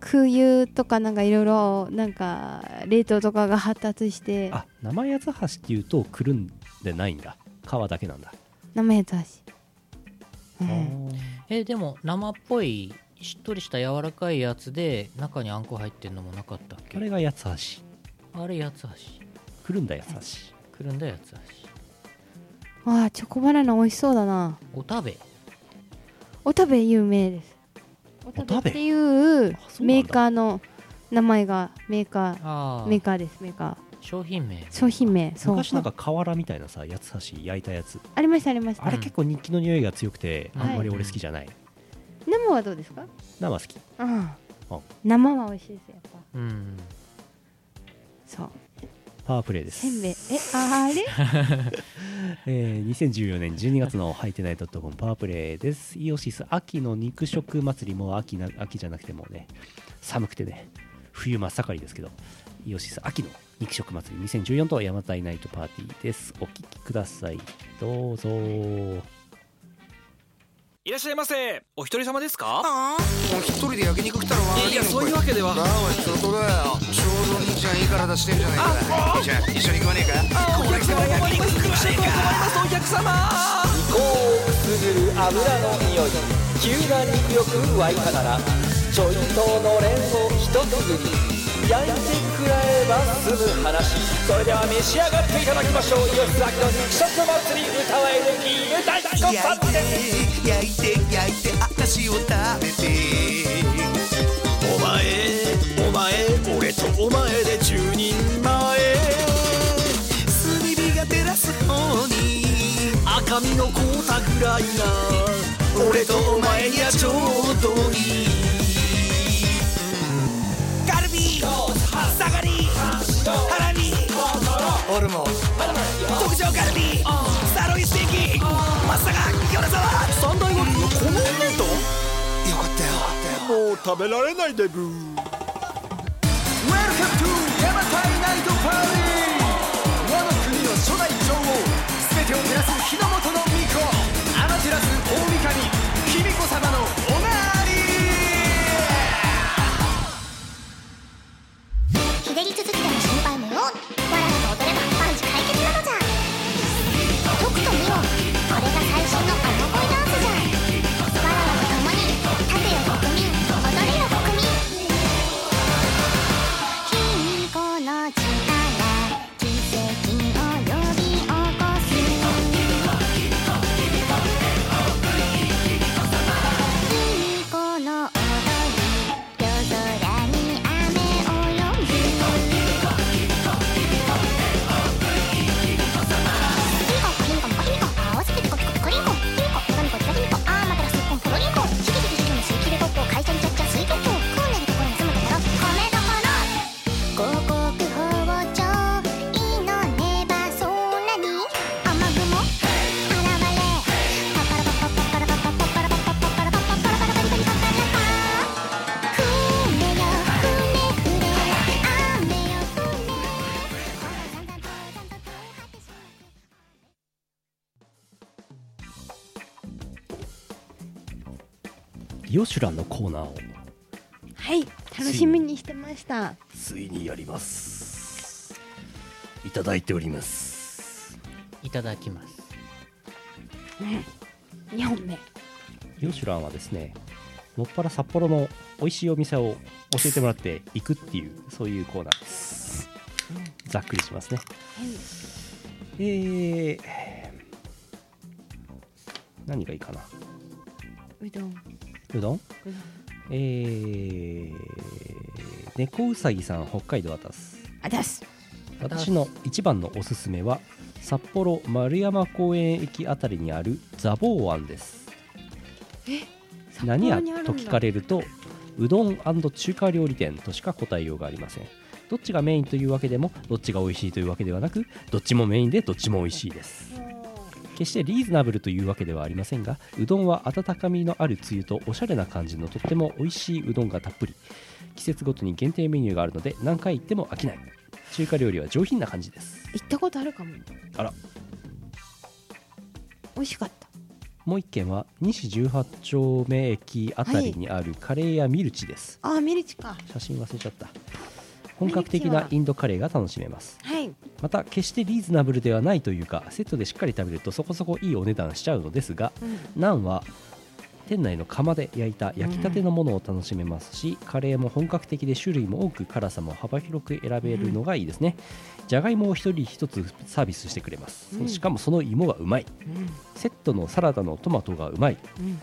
Speaker 1: 空輸とかなんかいろいろなんか冷凍とかが発達し
Speaker 3: り
Speaker 1: て
Speaker 3: であ生八つ橋っていうとくるんでないんだ皮だけなんだ、
Speaker 1: 生八つ橋、うん
Speaker 2: えでも生っぽいしっとりした柔らかいやつで中にあんこ入ってんのもなかったっけ
Speaker 3: あれが八つ
Speaker 2: あれ八つ
Speaker 3: 橋くるんだ八つ橋
Speaker 2: 橋くるんだ八つ
Speaker 1: わあチョコバナナ美味しそうだな
Speaker 2: 橋お食べ
Speaker 1: おたべ有名ですお
Speaker 3: たべ
Speaker 1: たべっていう
Speaker 3: あそうな
Speaker 1: メ
Speaker 3: んだ
Speaker 1: ーカーの名前がメーカ
Speaker 2: あ
Speaker 1: ーメー
Speaker 2: あ
Speaker 1: カーですメーカ
Speaker 2: 商品名
Speaker 1: ー商品名そう
Speaker 3: 昔なんか瓦みたいなさ八つ橋焼いたやつ
Speaker 1: ありましたありました
Speaker 3: あれ結構日記の匂いが強くて、
Speaker 2: うん
Speaker 3: あんまり俺好きじゃない
Speaker 1: 生はどうですか
Speaker 3: 生好き
Speaker 1: うん
Speaker 3: あ
Speaker 1: 生は美味しいですよやっぱ
Speaker 2: うん
Speaker 1: そう
Speaker 3: パワープレイです
Speaker 1: せんべいえあれ
Speaker 3: *laughs* えー、2014年12月の「ハイテナイドットコムパワープレイ」ですイオシス秋の肉食祭りもう秋な秋じゃなくてもうね寒くてね冬真っ盛りですけどイオシス秋の肉食祭り2014と山台ナイトパーティーですお聞きくださいどうぞ
Speaker 4: いらっしゃいませお一人様ですか
Speaker 7: ああもう一人で焼肉食ったら笑
Speaker 4: いやそういうわけでは
Speaker 7: なあおいそこだよちょうど兄ちゃんいい体してんじゃないか兄ちゃん一緒に食わねえかこれ来ても焼肉食わねえか
Speaker 4: お客様
Speaker 8: 香をくすぐる油の匂い急な肉欲湧いたならちょいとのれんをひとくぐり焼いてくらえば済む話それでは召し上がっていただきましょう吉崎の肉食祭り歌わえできる大
Speaker 7: 焼
Speaker 8: 根さんです
Speaker 7: いて焼いて焼いて私を食べてお前お前俺とお前で10人前炭火が照らす方に赤身の凍ったぐらいが俺とお前にはちょうどいいカルビサガリハラミホルモン特上カルビサーロインステーキまさか米沢三大和牛のこのお値段よかったよもう食べられないでブー Welcome to ヤマタイナイトパーティー我の国の初代女王全てを照らす日の元の巫女アマテラス大神卑弥呼様のおなり
Speaker 9: ひねり続きでも心配無用わらわが踊れば万事解決なのじゃとくとみよこれが最新のあの恋ダンスじゃわらわと共に立てよ国民踊れよ国民君この力奇跡を呼び起こす君この踊り夜空に雨を呼ぶピンコピンコピンコ合わせてピコピコピコリンコピンコ女の子裏切り子あーまたらすっぽんポロリンコシキシキシキの吸い切れごっこ会社にちゃっちゃ水鉄砲こんなに心に住むところ米どころ五穀豊穣祈れば空に雨雲現れパパラパパパパラパパパパラパパパパラパパパラパラパリパリパパラパふねよふねふね雨よふね
Speaker 3: イオシュランのコーナーを
Speaker 1: はい楽しみにしてました
Speaker 3: ついにやりますいただいております
Speaker 2: いただきます
Speaker 1: 2本目
Speaker 3: イオシュランはですねもっぱら札幌の美味しいお店を教えてもらって行くっていうそういうコーナーですざっくりしますねえー、何がいいかな
Speaker 1: うどん
Speaker 3: うどん
Speaker 1: うどん
Speaker 3: えー、猫うさぎさん北海道あたす
Speaker 1: あ出す
Speaker 3: 私の一番のおすすめは札幌丸山公園駅あたりにあるザボー湾です
Speaker 1: 札幌
Speaker 3: 何
Speaker 1: にあ
Speaker 3: や
Speaker 1: るんだ
Speaker 3: と聞かれるとうどん中華料理店としか答えようがありませんどっちがメインというわけでもどっちが美味しいというわけではなくどっちもメインでどっちも美味しいです決してリーズナブルというわけではありませんがうどんは温かみのあるつゆとおしゃれな感じのとっても美味しいうどんがたっぷり季節ごとに限定メニューがあるので何回行っても飽きない中華料理は上品な感じです
Speaker 1: 行ったことあるかも
Speaker 3: あら
Speaker 1: 美味しかった
Speaker 3: もう一軒は西18丁目駅あたりにあるカレー屋ミルチです、
Speaker 1: あーミリチか
Speaker 3: 写真忘れちゃった本格的なインドカレーが楽しめます
Speaker 1: はい
Speaker 3: また決してリーズナブルではないというかセットでしっかり食べるとそこそこいいお値段しちゃうのですが
Speaker 1: うん
Speaker 3: ナンは店内の釜で焼いた焼きたてのものを楽しめますし、カレーも本格的で種類も多く辛さも幅広く選べるのがいいですね、じゃがいもを一人一つサービスしてくれます、
Speaker 1: うん
Speaker 3: しかもその芋がうまいセットのサラダのトマトがうまい
Speaker 1: うん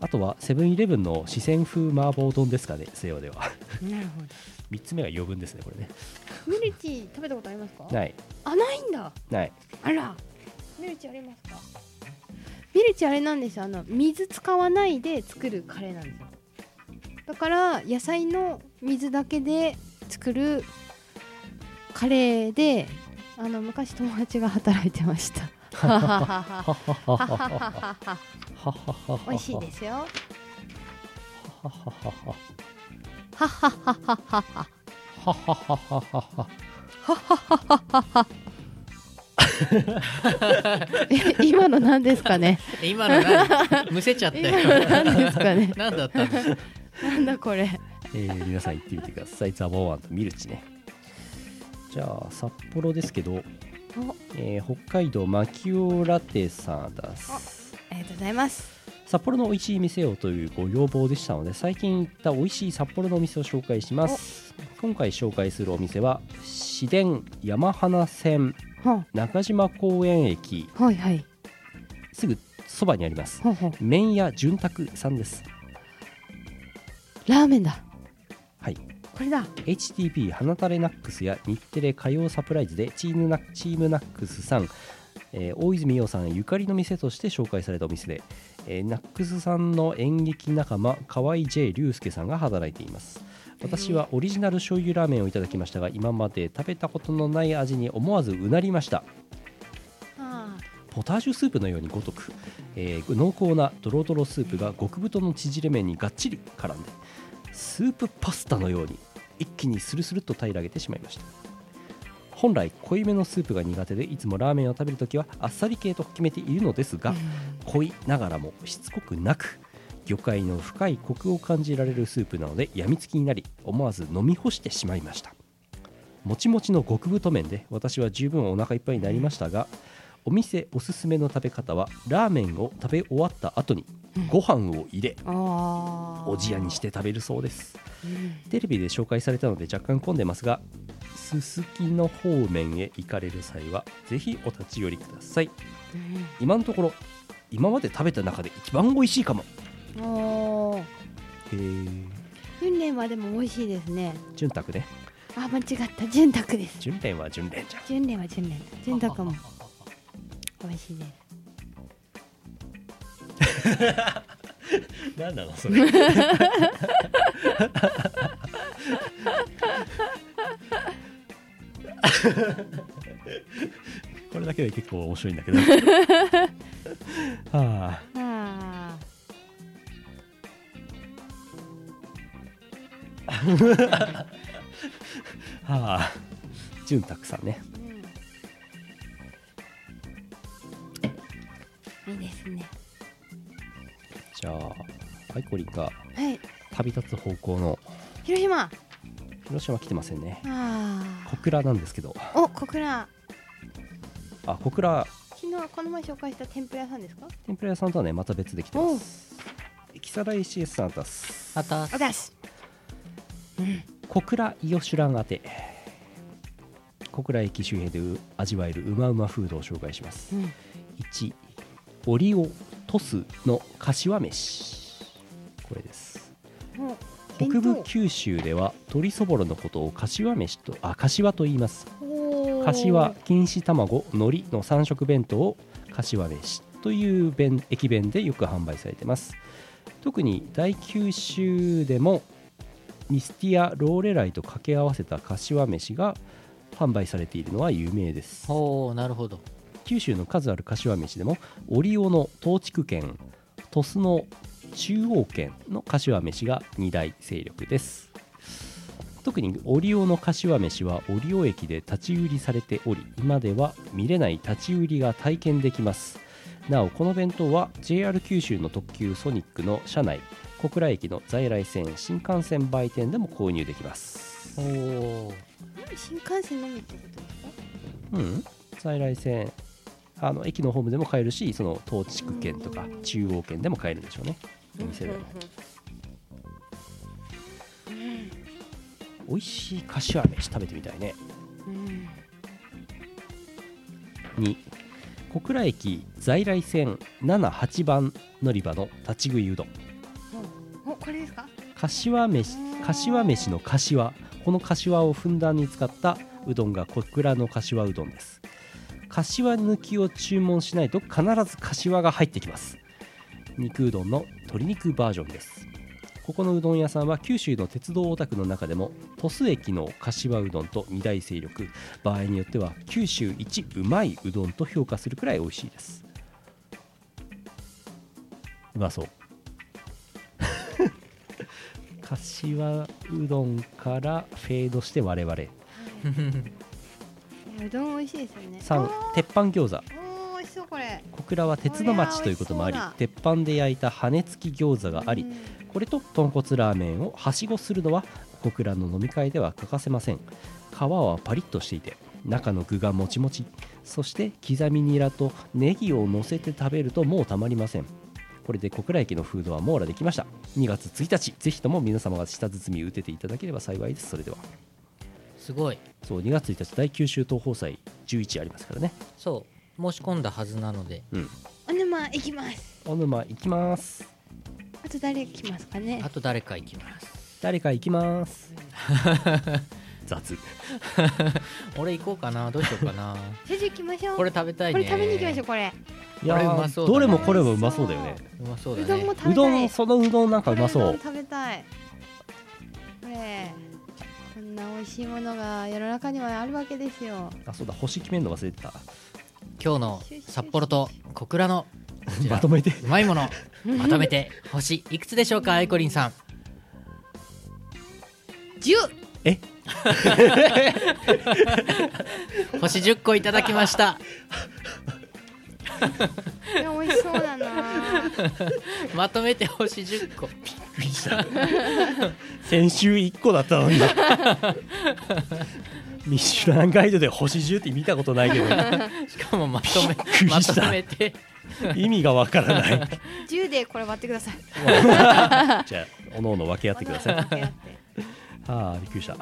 Speaker 3: あとはセブンイレブンの四川風麻婆丼ですかね西洋では *laughs*
Speaker 1: うんなるほど
Speaker 3: 3つ目が余分ですねこれね
Speaker 1: ミリチ食べたことありますか
Speaker 3: ない
Speaker 1: あないんだ
Speaker 3: ない
Speaker 1: あらミルチありますかミルチあれなんですよあの水使わないで作るカレーなんですよだから野菜の水だけで作るカレーであの昔友達が働いてました美味しいですよえ今の何ですかね
Speaker 5: 今の何むせちゃった
Speaker 1: *laughs* 今の
Speaker 5: よ
Speaker 1: 何ですかね
Speaker 5: 何だったんですか
Speaker 1: なんだこれ
Speaker 3: *laughs* えー皆さん行ってみてくださいザボーワンとミルチねじゃあ札幌ですけど、えー北海道マキオラテさんです
Speaker 1: ありがとうございます
Speaker 3: 札幌の美味しい店をというご要望でしたので最近行った美味しい札幌のお店を紹介します今回紹介するお店は市電山花線
Speaker 1: は
Speaker 3: 中島公園駅
Speaker 1: あはいはい
Speaker 3: すぐそばにあります
Speaker 1: ほうほう
Speaker 3: 麺屋潤沢さんです
Speaker 1: ラーメンだ
Speaker 3: はい
Speaker 1: これだ
Speaker 3: HTP 花たれナックスや日テレ火曜サプライズでチームナチームナックスさん、えー大泉洋さんゆかりの店として紹介されたお店で、えーナックスさんの演劇仲間河合 J 龍介さんが働いています私はオリジナル醤油ラーメンをいただきましたが今まで食べたことのない味に思わずうなりました
Speaker 1: あ
Speaker 3: ポタージュスープのようにごとく、えー濃厚なドロドロスープが極太の縮れ麺にがっちり絡んでスープパスタのように一気にスルスルっと平らげてしまいました本来濃いめのスープが苦手でいつもラーメンを食べるときはあっさり系と決めているのですが濃いながらもしつこくなく魚介の深いコクを感じられるスープなので病みつきになり思わず飲み干してしまいましたもちもちの極太麺で私は十分お腹いっぱいになりましたがお店おすすめの食べ方はラーメンを食べ終わった後にご飯を入れ
Speaker 1: あ
Speaker 3: おじやにして食べるそうですテレビで紹介されたので若干混んでますがすすきの方面へ行かれる際はぜひお立ち寄りください今のところ今まで食べた中で一番美味しいかも
Speaker 1: おー
Speaker 3: へえ
Speaker 1: 訓練はでも美味しいですね
Speaker 3: 潤沢ね
Speaker 1: あ間違った潤沢です
Speaker 3: 潤蓮は潤蓮じゃん
Speaker 1: 純連は純連純沢も美味しいです
Speaker 3: *laughs* 何なのそれ *laughs* これだけで結構面白いん *laughs* だけどはあ
Speaker 1: あ
Speaker 3: はあ潤沢さんね
Speaker 1: あいいですね
Speaker 3: じゃあアイコリンが
Speaker 1: はい
Speaker 3: 旅立つ方向の
Speaker 1: 広島あ
Speaker 3: 広島来てませんね
Speaker 1: あ
Speaker 3: 小倉なんですけど
Speaker 1: お小倉
Speaker 3: あ小倉
Speaker 1: 昨日この前紹介した天ぷら屋さんですか
Speaker 3: 天ぷら屋さんとはねまた別で来てます木更井 CS さんだす
Speaker 5: また
Speaker 1: おだし
Speaker 3: 小倉イオシュラン宛て小倉駅周辺でう味わえるうまうまフードを紹介します、
Speaker 1: うん
Speaker 3: 1オリオトスの柏飯これです
Speaker 1: もう
Speaker 3: 北
Speaker 1: 弁
Speaker 3: 部
Speaker 1: 当
Speaker 3: 九州では鶏そぼろのことを柏飯とあ柏と言います
Speaker 1: おおー
Speaker 3: 柏錦糸卵海苔の3色弁当を柏飯という弁駅弁でよく販売されてます特に大九州でもミスティアローレライと掛け合わせた柏飯が販売されているのは有名です
Speaker 2: おおなるほど
Speaker 3: 九州の数ある柏飯でも折尾の東地区県鳥栖の中央圏の柏飯が二大勢力です特に折尾の柏飯は折尾駅で立ち売りされており今では見れない立ち売りが体験できますなおこの弁当は JR 九州の特急ソニックの車内小倉駅の在来線新幹線売店でも購入できます
Speaker 2: おお
Speaker 1: 新幹線のみってことですか
Speaker 3: うん、在来線あの駅のホームでも買えるしその東地区圏とか中央圏でも買えるんでしょうねお店でも美味しい柏飯食べてみたいね
Speaker 1: うん
Speaker 3: 2小倉駅在来線78番乗り場の立ち食いうどん
Speaker 1: おこれですか
Speaker 3: 柏飯柏飯の柏この柏をふんだんに使ったうどんが小倉の柏うどんです柏抜きを注文しないと必ず柏が入ってきます肉うどんの鶏肉バージョンですここのうどん屋さんは九州の鉄道オタクの中でも鳥栖駅の柏うどんと二大勢力場合によっては九州一うまいうどんと評価するくらい美味しいですうまそう柏うどんからフェードして我々
Speaker 1: いやうどん美味しいですよね
Speaker 3: 3鉄板餃子
Speaker 1: おお美味しそうこれ
Speaker 3: 小倉は鉄の町ということもあり
Speaker 1: これは美
Speaker 3: 鉄板で焼いた羽根付き餃子があり
Speaker 1: うん
Speaker 3: これと豚骨ラーメンをはしごするのは小倉の飲み会では欠かせません皮はパリッとしていて中の具がもちもちそして刻みニラとネギを乗せて食べるともうたまりませんこれで小倉駅のフードは網羅できました2月1日ぜひとも皆様が舌包み打てていただければ幸いですそれでは
Speaker 2: すごい
Speaker 3: そう2月1日第九州東宝祭11ありますからね
Speaker 2: そう申し込んだはずなので
Speaker 1: お沼行きます
Speaker 3: 小沼行きます
Speaker 1: あと誰来ますかね
Speaker 2: あと誰か行きます
Speaker 3: 誰か行きます *laughs* 雑
Speaker 2: 俺行こうかなどうしようかな
Speaker 1: 先生行きましょう
Speaker 2: これ食べたい
Speaker 1: こ
Speaker 2: ね
Speaker 1: れ食べに行きましょうこれ
Speaker 3: い
Speaker 2: これう
Speaker 3: や
Speaker 2: ま
Speaker 3: ー
Speaker 2: そうだね
Speaker 3: どれもこれもうまそうだよね
Speaker 2: うまそう
Speaker 1: う
Speaker 2: だ
Speaker 1: どん
Speaker 2: ね
Speaker 1: も食べたいう
Speaker 3: どんそのうどんなんかうまそ
Speaker 1: これうどん
Speaker 3: う
Speaker 1: 食べたいこれこんな美味しいものが世の中にはあるわけですよ
Speaker 3: *laughs* あそうだ星決めるの忘れてた
Speaker 2: 今日の札幌と小倉のこちら
Speaker 3: まと *laughs* めて
Speaker 2: うまいものまとめて星いくつでしょうかアイコリンさん
Speaker 1: 十。
Speaker 2: *laughs* 星10個いただきました
Speaker 1: いや美味しそうだな
Speaker 3: *laughs*
Speaker 2: まとめて星10個
Speaker 3: 先週1個だった *laughs* のにミシュランガイドで星10って見たことないけ *laughs* ど
Speaker 2: しかもまとめ
Speaker 3: びっくり
Speaker 2: ま
Speaker 3: した
Speaker 2: とめて
Speaker 3: 意味がわからない *laughs*
Speaker 1: 十でこれ割ってください
Speaker 3: じゃあおのおの分け合ってく
Speaker 1: *laughs*
Speaker 3: だ *laughs* さい
Speaker 1: まだ分け合って
Speaker 3: あーびっくりした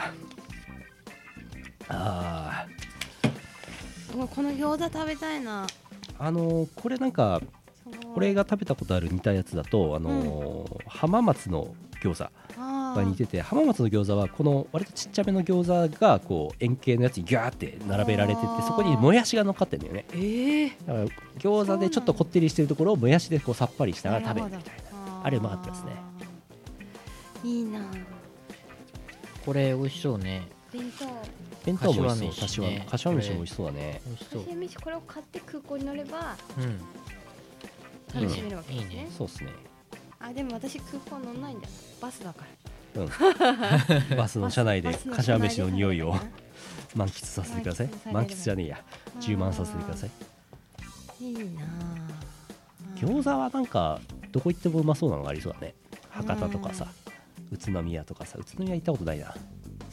Speaker 3: あー
Speaker 1: うわこの餃子食べたいな
Speaker 3: あのーこれなんか俺が食べたことある似たやつだと、あのー浜松の餃子が
Speaker 1: が
Speaker 3: 似てて浜松の餃子はこの割とちっちゃめの餃子がこう円形のやつにギャーって並べられてて
Speaker 1: あー
Speaker 3: そこにもやしが乗っかってんだよね
Speaker 1: ええ
Speaker 3: だから餃子でちょっとこってりしてるところをもやしでこうさっぱりしながら食べるみたいな
Speaker 1: な
Speaker 3: あれうまかったですね
Speaker 1: いいな
Speaker 2: これ美味しそうね
Speaker 1: 弁当
Speaker 3: 弁当も美味しそう
Speaker 2: 柏飯ね
Speaker 3: 柏柏飯も美味しそうだね
Speaker 2: 美味しそう
Speaker 1: 私飯これを買って空港に乗れば
Speaker 2: うんいい
Speaker 1: 楽しめる
Speaker 2: ね
Speaker 1: わけ
Speaker 2: い
Speaker 1: で
Speaker 2: い
Speaker 1: すね
Speaker 2: ね
Speaker 3: そうっすね
Speaker 1: あでも私空港乗んないんだバスだから
Speaker 3: バスの車内で
Speaker 1: バスの車
Speaker 3: 柏
Speaker 1: 内で
Speaker 3: 飯の匂いを *laughs*
Speaker 1: 食べるか
Speaker 3: 満喫させてください満
Speaker 1: 満喫
Speaker 3: 喫じ
Speaker 1: さ
Speaker 3: ゃ
Speaker 1: れ
Speaker 3: ねえや充満させてください
Speaker 1: ないいな
Speaker 3: 餃子はなんかどこ行ってもうまそうなのがありそうだね博多とかさ宇都宮とかさ宇都宮行ったことないな
Speaker 1: さ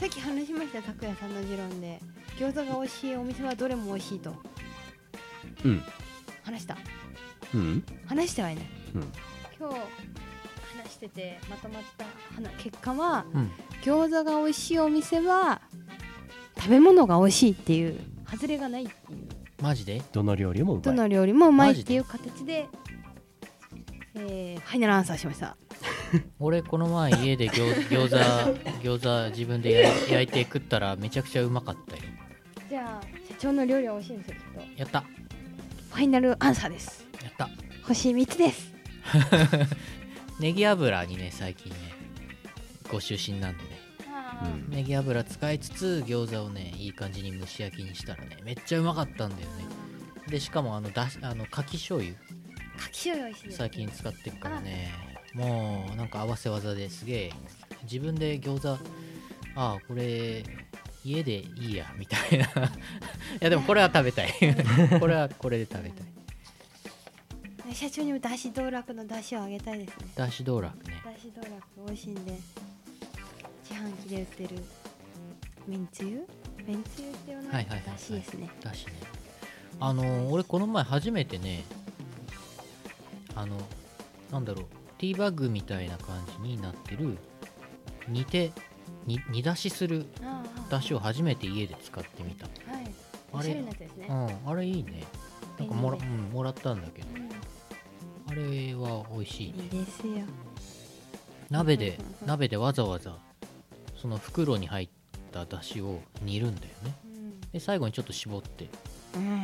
Speaker 1: っき話しました拓也さんの持論で餃子が美味しいお店はどれも美味しいと
Speaker 3: うん
Speaker 1: 話した
Speaker 3: うん
Speaker 1: 話してはいない、
Speaker 3: うん
Speaker 1: 今日話しててまとまった話結果は
Speaker 2: うん
Speaker 1: 餃子が美味しいお店は食べ物が美味しいっていう外れがないっていう
Speaker 2: マジで
Speaker 3: どの料理もう
Speaker 1: ど
Speaker 3: まい
Speaker 1: の料理もうまい
Speaker 2: マ
Speaker 1: っ
Speaker 2: ジ
Speaker 1: て
Speaker 2: で
Speaker 1: いう形でえーファイナルアンサーしました
Speaker 2: 俺この前家で餃餃子餃子自分で焼い焼いて食ったらめちゃくちゃうまかったよ
Speaker 1: じゃあ社長の料理は美味しいんですよきっと
Speaker 2: やった
Speaker 1: ファイナルアンサーです
Speaker 2: やった
Speaker 1: 星3つです
Speaker 2: ネギ油にね最近ねご出身なんでね
Speaker 3: うん
Speaker 2: ネギ油使いつつ餃子をねいい感じに蒸し焼きにしたらねめっちゃうまかったんだよねでしかもあのだしあの柿醤油
Speaker 1: かき塩美味しいです
Speaker 2: 最近使ってるからねもうなんか合わせ技ですげえ自分で餃子ああこれ家でいいやみたいな *laughs* いやでもこれは食べたい *laughs* これはこれで食べたい
Speaker 1: 社長にもだし道楽のだしをあげたいですね
Speaker 2: だし道楽ね
Speaker 1: だし道楽美味しいんで自販機で売ってるめんつゆめんつゆっていうの
Speaker 2: は
Speaker 1: はい
Speaker 2: はいはいはい
Speaker 1: だしですね
Speaker 2: だしねあのー俺この前初めてねあのなんだろうティーバッグみたいな感じになってる煮て煮煮出しする
Speaker 1: ああ
Speaker 2: だしを初めて家で使ってみた
Speaker 1: はい
Speaker 2: あ
Speaker 1: おしゃれ
Speaker 2: れ
Speaker 1: なやつですね
Speaker 2: うん、あれいいねなんかもら,、
Speaker 1: 便
Speaker 2: う
Speaker 1: 利
Speaker 2: ん、もらったんだけど
Speaker 1: う
Speaker 2: あれは美味しい
Speaker 1: んい
Speaker 2: ね
Speaker 1: いですよ
Speaker 2: 鍋で
Speaker 1: うんうんうん
Speaker 2: 鍋でわざわざその袋に入っただしを煮るんだよね
Speaker 1: うん
Speaker 2: で最後にちょっと絞って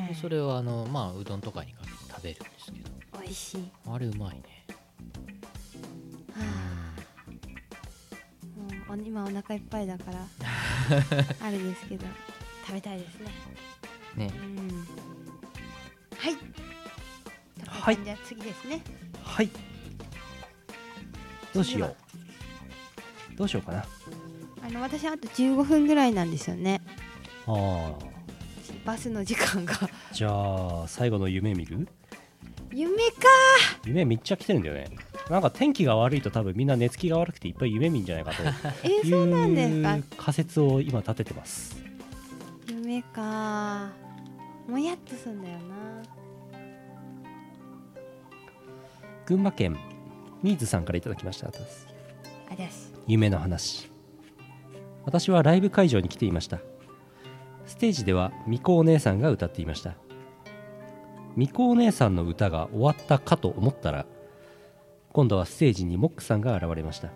Speaker 2: でそれをあのまあうどんとかにかけて食べるんですけど
Speaker 1: 美味しい
Speaker 2: あれうまいね
Speaker 1: はあもうお今お腹いっぱいだ *laughs* からあれですけど食べたいですね
Speaker 2: ね
Speaker 1: うんはい
Speaker 3: はい
Speaker 1: じゃあ次ですね
Speaker 3: はいどうしようどうしようかな
Speaker 1: あの私あと15分ぐらいなんですよね
Speaker 3: あー
Speaker 1: バスの時間 *laughs* が
Speaker 3: じゃあ最後の夢見る
Speaker 1: 夢か
Speaker 3: 夢めっちゃ来てるんだよねなんか天気が悪いと多分みんな寝つきが悪くていっぱい夢見んじゃない *laughs* かと
Speaker 1: え
Speaker 3: い
Speaker 1: そうなんですか
Speaker 3: う仮説を今立ててます
Speaker 1: 夢かもやっとすんだよな
Speaker 3: 群馬県ミーズさんからいただきました
Speaker 1: ありゃし
Speaker 3: 夢の話私はライブ会場に来ていましたステージではみこお姉さんが歌っていましたみこお姉さんの歌が終わったかと思ったら今度はステージにモックさんが現れました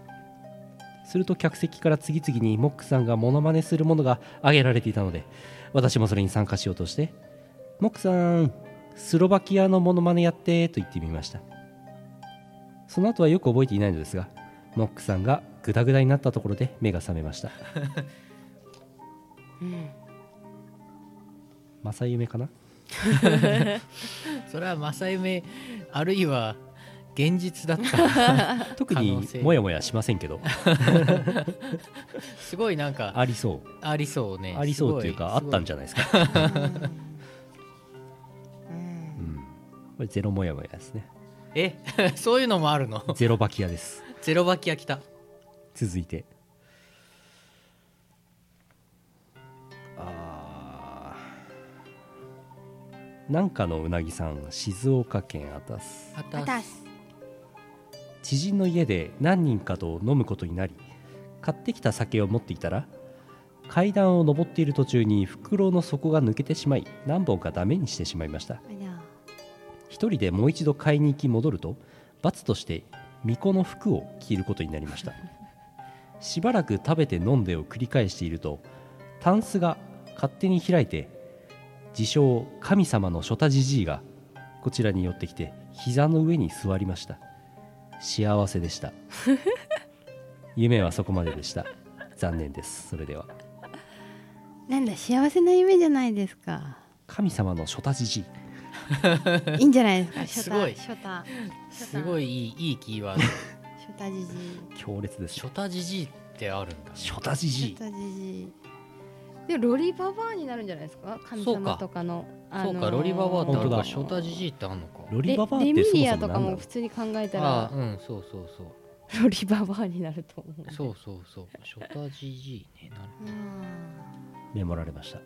Speaker 3: すると客席から次々にモックさんがモノマネするものが挙げられていたので私もそれに参加しようとして「モックさんスロバキアのモノマネやって」と言ってみましたその後はよく覚えていないのですがモックさんがグダグダになったところで目が覚めました正夢かな
Speaker 2: それは正夢あるいは現実だった
Speaker 3: *laughs* 特
Speaker 2: 可
Speaker 3: に
Speaker 2: 能性
Speaker 3: もやもやしませんけど
Speaker 2: すごいなんか
Speaker 3: ありそう
Speaker 2: ありそうね
Speaker 3: ありそうというかあったんじ
Speaker 2: ゃ
Speaker 3: ゃないですか、
Speaker 1: うん
Speaker 3: うん、これゼロもやもやですね
Speaker 2: え *laughs* そういうのもあるの
Speaker 3: ゼロバキアです
Speaker 2: ゼロバキア来た
Speaker 3: 続いてあーなんかのうなぎさん静岡県あたす
Speaker 2: あた
Speaker 1: あたす
Speaker 3: 知人の家で何人かと飲むことになり買ってきた酒を持っていたら階段を上っている途中に袋の底が抜けてしまい何本かダメにしてしまいました
Speaker 1: ありゃ
Speaker 3: 一人でもう一度買いに行き戻ると罰として巫女の服を着ることになりました
Speaker 1: *laughs*
Speaker 3: しばらく食べて飲んでを繰り返しているとタンスが勝手に開いて自称神様の諸多じじいがこちらに寄ってきて膝の上に座りました幸せ
Speaker 1: *laughs*
Speaker 3: でした夢はそこまででした残念ですそれでは
Speaker 1: なんだ幸せな夢じゃないです
Speaker 2: *laughs*
Speaker 1: か
Speaker 3: 神様の諸多じじい
Speaker 1: いいんじゃないですか
Speaker 2: す *laughs* ごい
Speaker 1: ショタ
Speaker 2: すごいいいいいキー
Speaker 3: *laughs*
Speaker 2: ワード
Speaker 1: ショタじじい
Speaker 3: 強烈です
Speaker 2: ショタジジイってあるんだ
Speaker 3: 諸多じじ
Speaker 1: ショ
Speaker 3: い
Speaker 1: タじじいでロリババアになるんじゃないですか神
Speaker 2: そうか
Speaker 1: 様とかのあ
Speaker 2: そ
Speaker 1: の
Speaker 2: うかロリババアってあ
Speaker 3: 本
Speaker 2: る
Speaker 3: 当
Speaker 2: か
Speaker 3: だ
Speaker 2: ショタジジイってあんのか
Speaker 3: ロリ
Speaker 1: レ
Speaker 3: ババアっ
Speaker 1: レ
Speaker 3: て
Speaker 1: ミ
Speaker 3: そも
Speaker 1: リ
Speaker 3: そ
Speaker 1: ア
Speaker 3: も
Speaker 1: と
Speaker 3: な
Speaker 1: か
Speaker 3: んだろ
Speaker 1: も
Speaker 3: う
Speaker 1: 普通に考えた
Speaker 2: あ
Speaker 1: ら
Speaker 2: あうんそうそうそう
Speaker 1: ロリババアになると思う
Speaker 2: そうそうそうそうショタジジイねなる
Speaker 1: うん
Speaker 3: メモられました
Speaker 1: は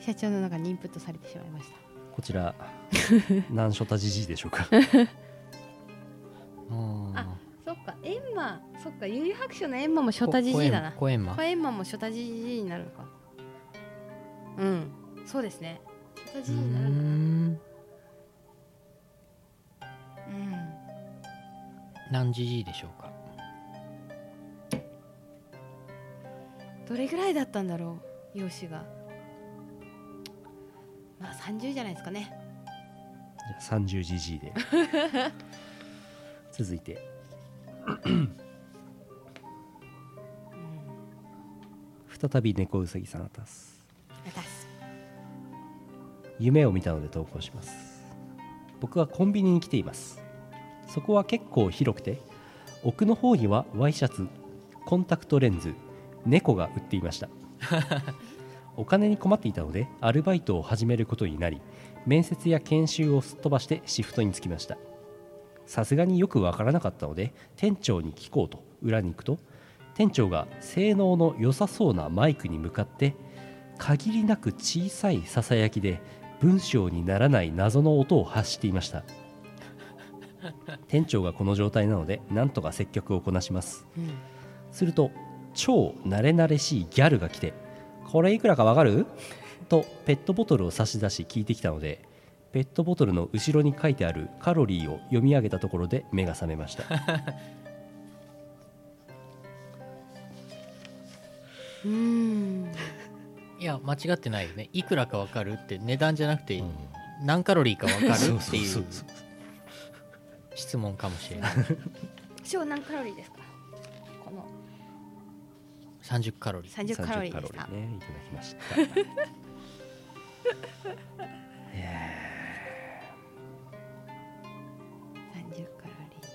Speaker 1: い社長の中にインプットされてしまいました
Speaker 3: こちら何ショタジジイでしょうか
Speaker 2: あ
Speaker 1: そっかエンマそっか幽遊白書のエンマもシ
Speaker 2: ー
Speaker 1: ョタジジイだな
Speaker 2: コエンマ
Speaker 1: これエンマもショタジジイになるのかうんそうですねショタジジイになるのか
Speaker 2: ん
Speaker 1: うん
Speaker 2: 何ジジイでしょうか
Speaker 1: どれぐらいだったんだろう容姿がまあ30じゃないですかね
Speaker 3: じゃあ 30GG で続いて再び猫うさぎさんあたす
Speaker 1: 私
Speaker 3: 夢を見たので投稿します僕はコンビニに来ていますそこは結構広くて奥の方にはワイシャツコンタクトレンズ猫が売っていましたお金に困っていたのでアルバイトを始めることになり面接や研修をすっ飛ばしてシフトに就きましたさすがによくわからなかったので店長に聞こうと裏に行くと店長が性能の良さそうなマイクに向かって限りなく小さいささやきで文章にならない謎の音を発していました店長がこの状態なのでなんとか接客をこなします、すると超慣れ慣れしいギャルが来て「これいくらかわかる?」とペットボトルを差し出し聞いてきたのでペットボトルの後ろに書いてあるカロリーを読み上げたところで目が覚めました
Speaker 1: うーん
Speaker 2: いや間違ってないよねいくらかわかるって値段じゃなくて何カロリーかわかるっていう質問かもしれない
Speaker 1: 小何カロリーですかこの
Speaker 2: 30カロリー
Speaker 1: 30カロリー
Speaker 3: 30
Speaker 1: でした
Speaker 3: ねいただきましたいや
Speaker 1: 30カロリー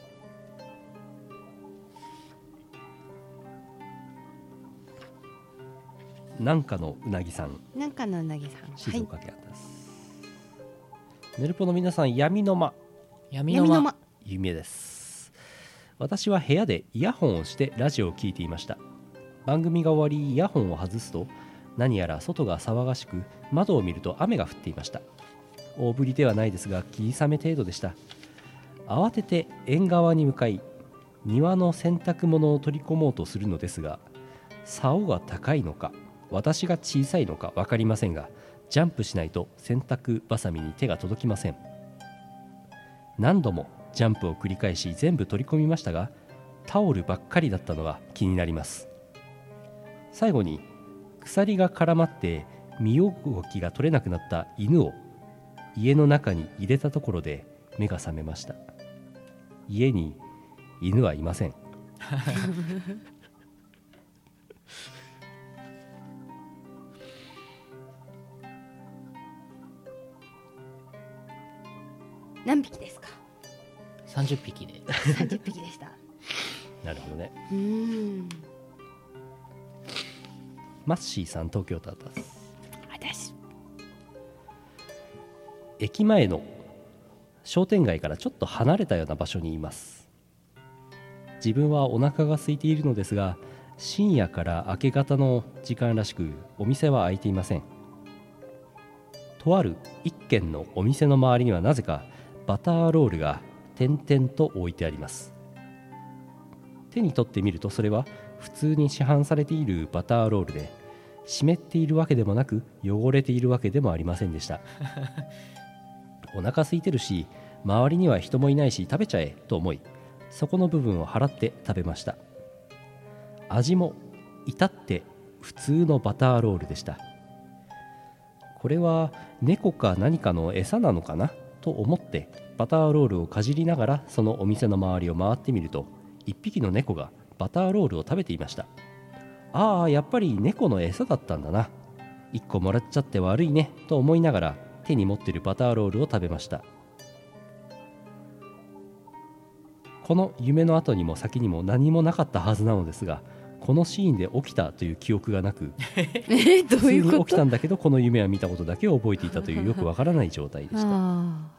Speaker 3: ーなんかのうなぎさん
Speaker 1: なんかのうなぎさんは
Speaker 3: 静
Speaker 1: い
Speaker 3: 岡県あたす、ヌルポの皆さん闇の間
Speaker 2: 闇の
Speaker 1: 闇の
Speaker 2: 間
Speaker 1: 間
Speaker 3: 夢です私は部屋でイヤホンをしてラジオを聞いていました番組が終わりイヤホンを外すと何やら外が騒がしく窓を見ると雨が降っていました大ぶりではないですが霧雨程度でした慌てて縁側に向かい庭の洗濯物を取り込もうとするのですが竿が高いのか私が小さいのか分かりませんがジャンプしないと洗濯バサミに手が届きません何度もジャンプを繰り返し全部取り込みましたがタオルばっかりだったのが気になります最後に鎖が絡まって身動きが取れなくなった犬を家の中に入れたところで目が覚めました家に犬はいません
Speaker 1: 何匹ですか
Speaker 2: 30匹で
Speaker 1: 30匹でした
Speaker 3: なるほどね
Speaker 1: うー *laughs* ん
Speaker 3: マッシーさん東京タータス
Speaker 1: 私
Speaker 3: 駅前の商店街からちょっと離れたような場所にいます自分はお腹が空いているのですが深夜から明け方の時間らしくお店は開いていませんとある一軒のお店の周りにはなぜかバターロールが点々と置いてあります手に取ってみるとそれは普通に市販されているバターロールで湿っているわけでもなく汚れているわけでもありませんでしたお腹空いてるし周りには人もいないし食べちゃえと思いそこの部分を払って食べました味も至って普通のバターロールでしたこれは猫か何かの餌なのかなと思ってバターロールをかじりながらそのお店の周りを回ってみると1匹の猫がバターロールを食べていましたああやっぱり猫の餌だったんだな1個もらっちゃって悪いねと思いながら手に持ってるバターロールを食べましたこの夢の後にも先にも何もなかったはずなのですがこのシーンで起きたという記憶がなく
Speaker 1: えど
Speaker 3: 普通に起きたんだけどこの夢は見たことだけを覚えていたと *laughs* いうよくわからない状態でした
Speaker 1: あ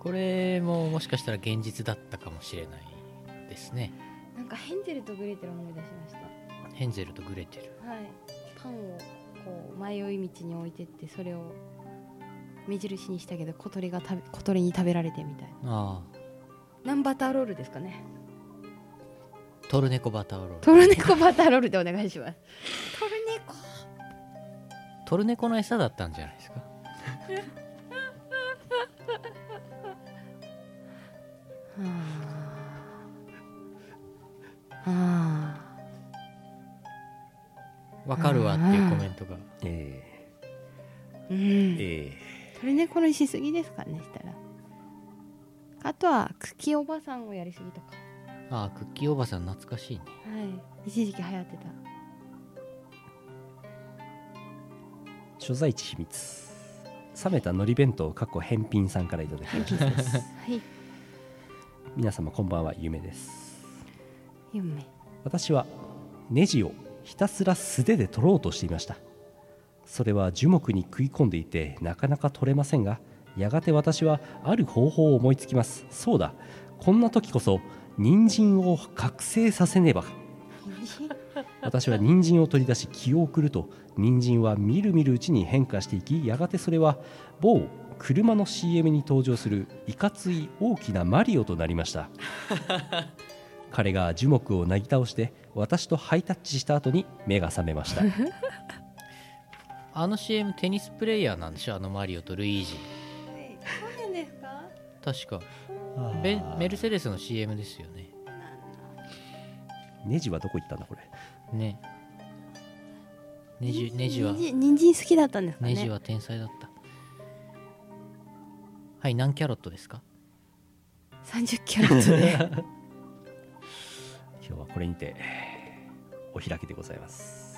Speaker 2: これももしかしたら現実だったかもしれないですね
Speaker 1: ーなんかヘンゼルとグレーテル思い出しました
Speaker 2: ヘンゼルとグレてる
Speaker 1: はいパンをこう迷い道に置いてってそれを目印にしたけど小鳥が食べ *laughs* 小鳥に食べられてみたいな
Speaker 2: あ
Speaker 1: 何バターロールですかね
Speaker 2: あトルネコバターロール
Speaker 1: トルネコバターロールでお願いしますトルネコ
Speaker 2: トルネコの餌だったんじゃないですか
Speaker 1: あ
Speaker 2: わかるわっていうコメントが
Speaker 3: え
Speaker 1: うん
Speaker 3: え
Speaker 1: 鳥猫のしすぎですかねしたらあとは茎おばさんをやりすぎとか
Speaker 2: ああ、クッキーおばさん懐かしいね。
Speaker 1: はい一時期流行ってた
Speaker 3: ー所在地秘密冷めた海苔弁当かっこ返品さんからいただきました
Speaker 1: はい
Speaker 3: 皆様こんばんは夢です
Speaker 1: 夢
Speaker 3: 私はネジをひたすら素手で取ろうとしていましたそれは樹木に食い込んでいてなかなか取れませんがやがて私はある方法を思いつきますそうだこんな時こそ人参を覚醒させねば私は人参を取り出し気を送ると人参はみるみるうちに変化していきやがてそれは某車の CM に登場するいかつい大きなマリオとなりました彼が樹木をなぎ倒して私とハイタッチした後に目が覚めました
Speaker 1: *laughs*
Speaker 2: あの CM テニスプレイヤーなんでしょあのマリオとルイージ。
Speaker 1: そうなんですか
Speaker 2: 確か。ベメルセデスの CM ですよね。
Speaker 3: ネジはどこ行ったんだこれ
Speaker 2: ね。ネジネジは、
Speaker 1: 人参好きだったんですかね
Speaker 2: ネジは天才だった。はい、何キャロットですか
Speaker 1: 30キャラットで
Speaker 2: *laughs*
Speaker 3: 今日はこれにてえーお開きでございます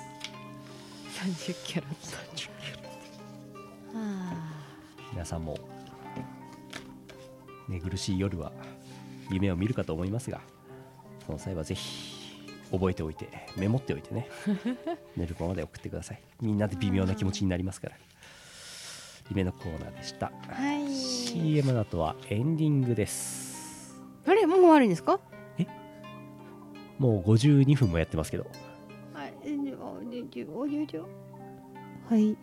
Speaker 1: 30キャラットあ
Speaker 3: 皆さんも寝苦しい夜は夢を見るかと思いますがその際はぜひ覚えておいてメモっておい
Speaker 1: *laughs*
Speaker 3: てね寝る子まで送ってくださいみんなで微妙な気持ちになりますから夢のコーナーでした
Speaker 1: あはい
Speaker 3: CM の後はエンディングです
Speaker 1: あれもう終わるんですか
Speaker 3: もう52分もやってますけど
Speaker 1: はいはい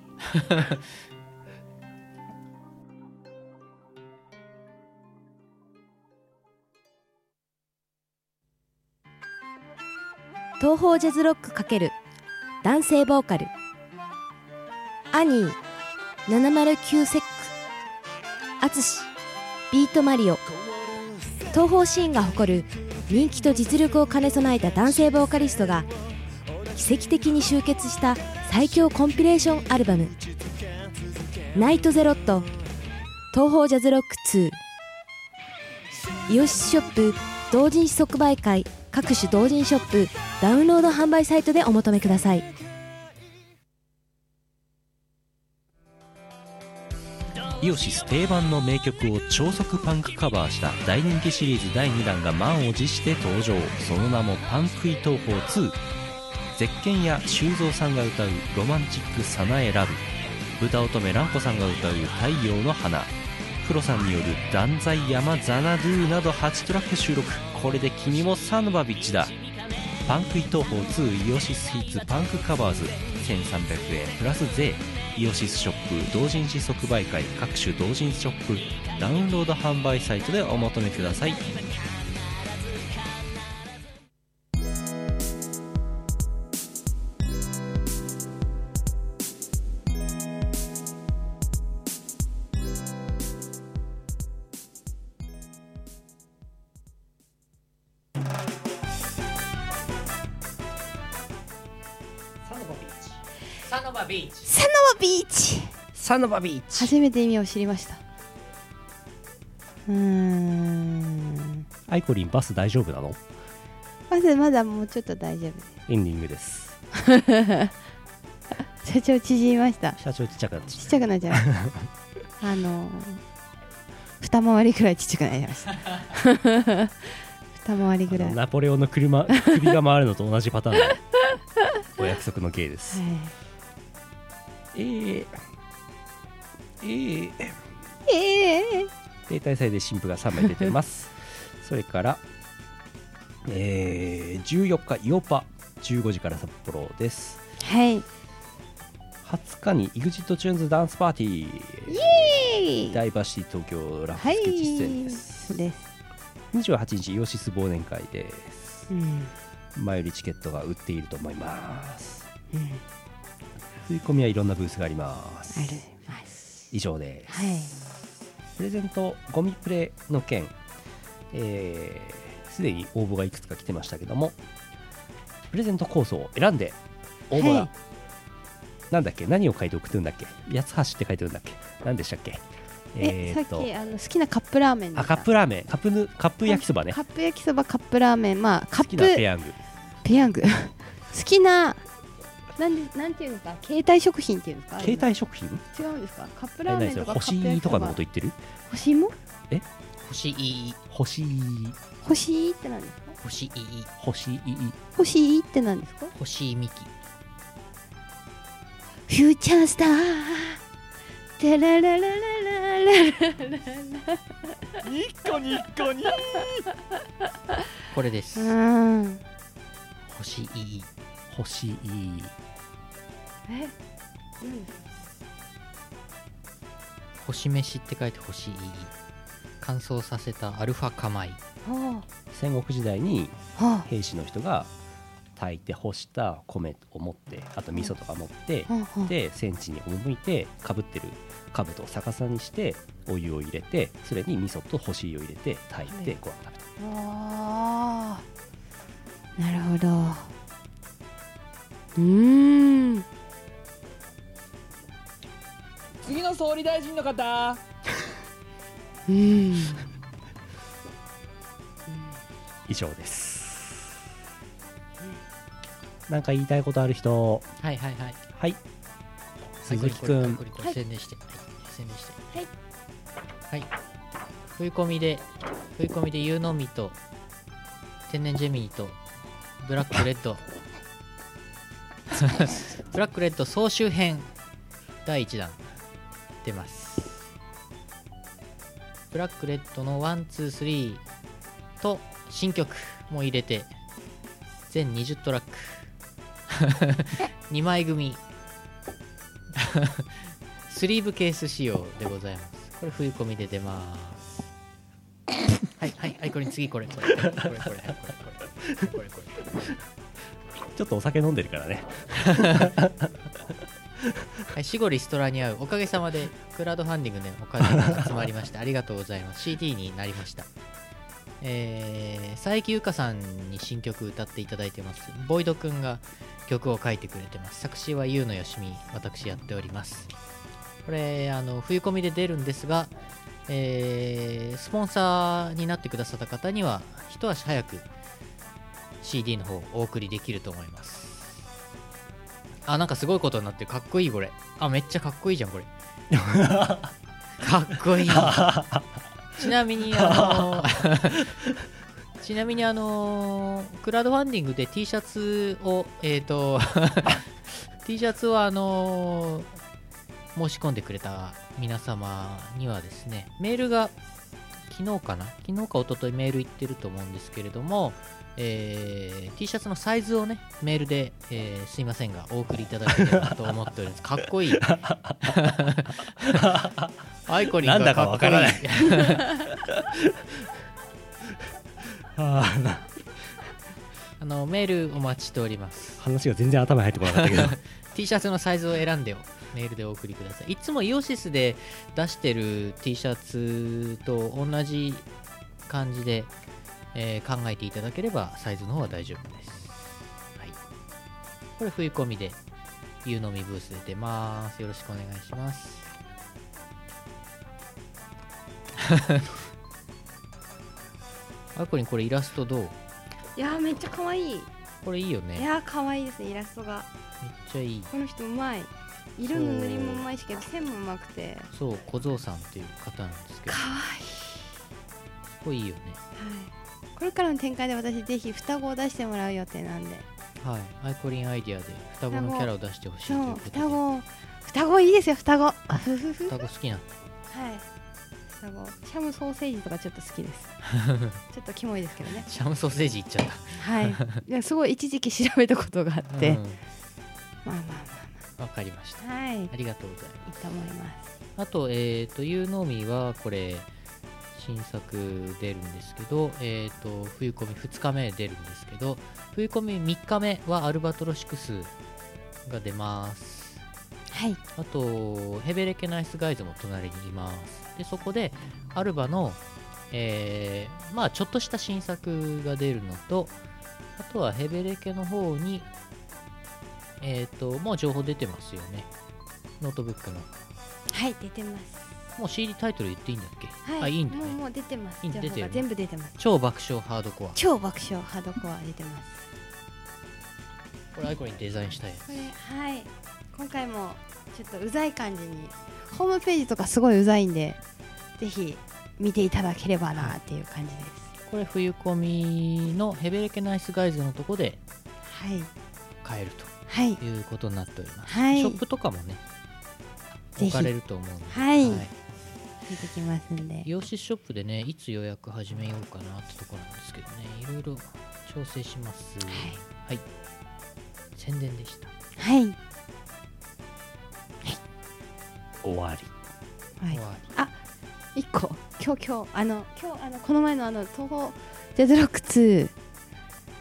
Speaker 10: 東方ジャズロック×男性ボーカルアニー709セックアツシビートマリオ東方シーンが誇る人気と実力を兼ね備えた男性ボーカリストが奇跡的に集結した最強コンピレーションアルバム「ナイトゼロット東方ジャズロック2」イオシスショップ同人誌即売会各種同人ショップダウンロード販売サイトでお求めください
Speaker 3: イオシス定番の名曲を超速パンクカバーした大人気シリーズ第2弾が満を持して登場その名も「パンクイ東宝2」ゼッケンや修造さんが歌う「ロマンチックさなえラブ」歌乙女蘭子さんが歌う「太陽の花」黒さんによる「断罪山ザナドゥ」など8トラック収録これで君もサノバビッチだパンクイ東宝2イオシスヒッツパンクカバーズ1300円プラス税イオシスショップ同人誌即売会各種同人ショップダウンロード販売サイトでお求めください
Speaker 2: サノバビーチ。
Speaker 1: サノワビーチ
Speaker 3: サノバビー
Speaker 1: 初めて意味を知りましたうーん
Speaker 3: アイコリンバス大丈夫なの
Speaker 1: まずまだもうちょっと大丈夫です
Speaker 3: エンディングです
Speaker 1: 社長縮みました
Speaker 3: 社長ちっちゃくなっち
Speaker 1: ちっちゃくなっちゃう
Speaker 2: *laughs*
Speaker 1: あのー二回りくらいちっちゃくなりました
Speaker 2: *laughs*
Speaker 1: 二回り
Speaker 3: ゃっ
Speaker 1: ぐら
Speaker 3: たあの
Speaker 1: い
Speaker 3: ナポレオンの車首が回るのと同じパターン *laughs* だお約束の芸です、
Speaker 1: はい
Speaker 3: えーえー
Speaker 1: ええ
Speaker 3: 定体祭で新婦が3枚出てますそれから、えー14日イオパ15時から札幌です
Speaker 1: はい
Speaker 3: 20日に EXITTUNES ダンスパーティーダイバーシティ東京ラフスケッチ出演です、
Speaker 1: です、
Speaker 3: 28日イオシス忘年会です
Speaker 1: うん
Speaker 3: 前よりチケットが売っていると思います
Speaker 1: うん、
Speaker 3: 吸い込みはいろんなブースがあります
Speaker 1: あります
Speaker 3: 以上です
Speaker 1: はい
Speaker 3: プレゼントゴミプレの件えーすで、に応募がいくつか来てましたけどもプレゼント構想を選んで応募
Speaker 1: は
Speaker 3: が
Speaker 1: い
Speaker 3: なんだっけ何を書いて送ってるんだっけ八つ橋って書いてるんだっけ何でしたっけ
Speaker 1: え
Speaker 3: ー
Speaker 1: さっきあの好きなカップラーメン
Speaker 3: あカップラーメンカップヌカップ焼きそばね
Speaker 1: カ
Speaker 3: 好
Speaker 1: ップ焼きそばカップラーメンまあカッ
Speaker 3: き
Speaker 1: プ
Speaker 3: なペヤング
Speaker 1: ペヤング好きななんでなんていうのか携帯食品っていうんですか
Speaker 3: 携帯食品
Speaker 1: 帯違うんですかカップ
Speaker 3: え
Speaker 1: ラー
Speaker 3: 何
Speaker 1: メン
Speaker 3: それ
Speaker 1: とか
Speaker 3: 星とかのこと言ってる
Speaker 1: 欲しいも
Speaker 2: 星いい
Speaker 3: 星
Speaker 1: 欲しいって何ですか
Speaker 2: 星いい
Speaker 3: 星いい
Speaker 1: 欲しいって何ですか
Speaker 2: 星いみき
Speaker 1: フューチャースターテララララララララ
Speaker 2: これです
Speaker 1: うん
Speaker 2: 星いい
Speaker 3: 星いい
Speaker 1: え
Speaker 2: 星飯って書いて星いい乾燥させたアルファカマイ
Speaker 1: は
Speaker 3: 戦国時代に
Speaker 1: あは
Speaker 3: 兵士の人が炊いて干した米を持ってあと味噌とか持って
Speaker 1: あはあは
Speaker 3: で戦地に赴いてかぶってる兜を逆さにしてお湯を入れてそれに味噌と干し湯を入れて炊いて
Speaker 1: は
Speaker 3: ご飯食べた
Speaker 1: ああなるほどうーん
Speaker 11: 次の総理大臣の方
Speaker 1: うん
Speaker 3: 以上ですなんか言いたいことある人
Speaker 2: はいはいはい
Speaker 3: はい鈴木く
Speaker 2: はい
Speaker 3: ん
Speaker 2: これこれこれこれ宣伝して、はい、宣伝してはいはい食い込みで食い込みでユーノミと天然ジェミニとブラックレッド *laughs* ブラックレッド総集編第1弾出ますブラックレッドの123と新曲も入れて全20トラック2枚組スリーブケース仕様でございます。これ冬込みで出ます。はいはいはいこれに次これこれこれこれこれこれこれこれこれ
Speaker 3: ちょっとお酒飲んでるからね
Speaker 2: はい死後リストラに合うおかげさまでクラウドファンディングでお金が集まりましてありがとうございます CD になりましたえー、佐伯ゆかさんに新曲歌っていただいてますボイドくんが曲を書いてくれてます作詞はゆうのよしみ私やっておりますこれあの冬コミで出るんですが、えースポンサーになってくださった方には一足早く CD の方をお送りできると思いますあなんかすごいことになってるかっこいいこれあめっちゃかっこいいじゃんこれかっこいいちなみ
Speaker 3: *laughs*
Speaker 2: にあのちなみにあのクラウドファンディングで T シャツをえっ、
Speaker 3: *laughs*
Speaker 2: と T シャツをあの申し込んでくれた皆様にはですねメールが昨日かな昨日か一昨日メール行ってると思うんですけれども、えー T シャツのサイズをねメールで、えーすいませんがお送りいただければと思っておりますかっこ
Speaker 3: *laughs*
Speaker 2: いいアイコリン
Speaker 3: なんだ
Speaker 2: が
Speaker 3: か
Speaker 2: かっ
Speaker 3: わ
Speaker 2: こ
Speaker 3: か
Speaker 2: いい
Speaker 3: らないあ
Speaker 2: あのメールお待ちしております
Speaker 3: ー話が全然頭に入ってこなかった *laughs* けど
Speaker 2: T シャツのサイズを選んでをメールでお送りくださいいつもイオシスで出してる T シャツと同じ感じで、えー考えていただければサイズの方は大丈夫です、はい、これ冬込みで湯飲みブースで出ますよろしくお願いします *laughs* あこりんこれイラストどう
Speaker 1: いやーめっちゃ可愛い
Speaker 2: これいいよ
Speaker 1: い
Speaker 2: ね
Speaker 1: やー可愛いですねイラストが
Speaker 2: めっちゃいい
Speaker 1: この人うまい色の塗りもうまいしけど線もうまくて
Speaker 2: そう小僧さんっていう方なんですけど
Speaker 1: 可
Speaker 2: す
Speaker 1: 愛い
Speaker 2: ごいいいよね
Speaker 1: はいこれからの展開で私ぜひ双子を出してもらう予定なんで
Speaker 2: はい、アイコリンアイディアで双子のキャラを出してほしいと
Speaker 1: そ
Speaker 2: いう
Speaker 1: う
Speaker 2: ことで
Speaker 1: 双子双子いいですよ双子あふふふは
Speaker 2: 双子好きなの
Speaker 1: い双子シャムソーセージとかちょっと好きです *laughs* ちょっとキモいですけど *laughs* ね
Speaker 2: シャムソーセージいっちゃっ
Speaker 1: はいいやすごい一時期調べたことがあ
Speaker 2: た
Speaker 1: って、
Speaker 2: うん
Speaker 1: まあまあ
Speaker 2: わかりました
Speaker 1: まあはいいい
Speaker 2: ありがとうございます
Speaker 1: と思います
Speaker 2: あとえっ、とユーノーミーはこれ新作出るんですけどえっ、と冬込み2日目出るんですけど冬込み3日目はアルバトロシクスが出ます
Speaker 1: はい
Speaker 2: あと、ヘベレケナイスガイズも隣にいます。で、そこで、アルバの、えーまあ、ちょっとした新作が出るのと、あとはヘベレケの方に、えっ、と、もう情報出てますよね。ノートブックの。
Speaker 1: はい出てます
Speaker 2: もう CD タイトル言っていいんだっけ、あ、いいんだ
Speaker 1: もう
Speaker 2: ね。
Speaker 1: もう出てます
Speaker 2: いいんだ
Speaker 1: 情報
Speaker 2: 出て
Speaker 1: が
Speaker 2: る
Speaker 1: 全部出てます
Speaker 2: 超爆笑ハードコア。
Speaker 1: 超爆笑ハードコア出てます
Speaker 2: これ、アイコにデザインしたいやつ
Speaker 1: これはい今回もちょっとうざい感じにホームページとかすごいうざいんでぜひ見ていただければなっていう感じです
Speaker 2: これ、冬コミのヘベレケナイスガイズのとこで
Speaker 1: はい
Speaker 2: 買える
Speaker 1: はい
Speaker 2: ということになっております。
Speaker 1: はい
Speaker 2: ショップとかもね、
Speaker 1: ぜ
Speaker 2: 置
Speaker 1: ひ
Speaker 2: かれると思うので。
Speaker 1: はい出てきますんで
Speaker 2: イオシスショップでね、いつ予約始めようかなってとこなんですけどね、いろいろ調整します。はい。宣伝でした。
Speaker 1: はい
Speaker 3: 終わり
Speaker 1: はい
Speaker 2: 終わり。
Speaker 1: 一個今日今日あの今日あのこの前のあの東方ジャズロック2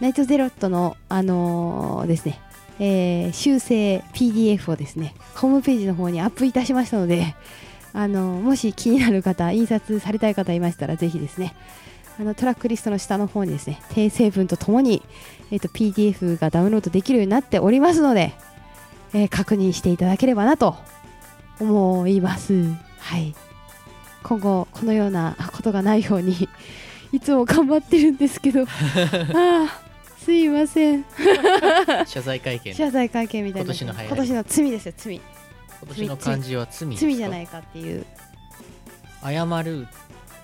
Speaker 1: ナイトゼロットのあのーですね、えー修正 PDF をですねホームページの方にアップいたしましたのであのーもし気になる方印刷されたい方いましたらぜひですねあのトラックリストの下の方にですね訂正文とともに、えー、と PDF がダウンロードできるようになっておりますので、えー確認していただければなと思います。はい今後このようなことがないように *laughs* いつも頑張ってるんです
Speaker 2: *laughs*
Speaker 1: けどああすいません
Speaker 2: 謝罪
Speaker 1: *laughs*
Speaker 2: 会見。
Speaker 1: 謝罪会見みたいな
Speaker 2: 今年の流行り
Speaker 1: 今年の罪ですよ罪
Speaker 2: 今年の漢字は罪ですか
Speaker 1: 罪じゃないかっていう
Speaker 2: 謝る。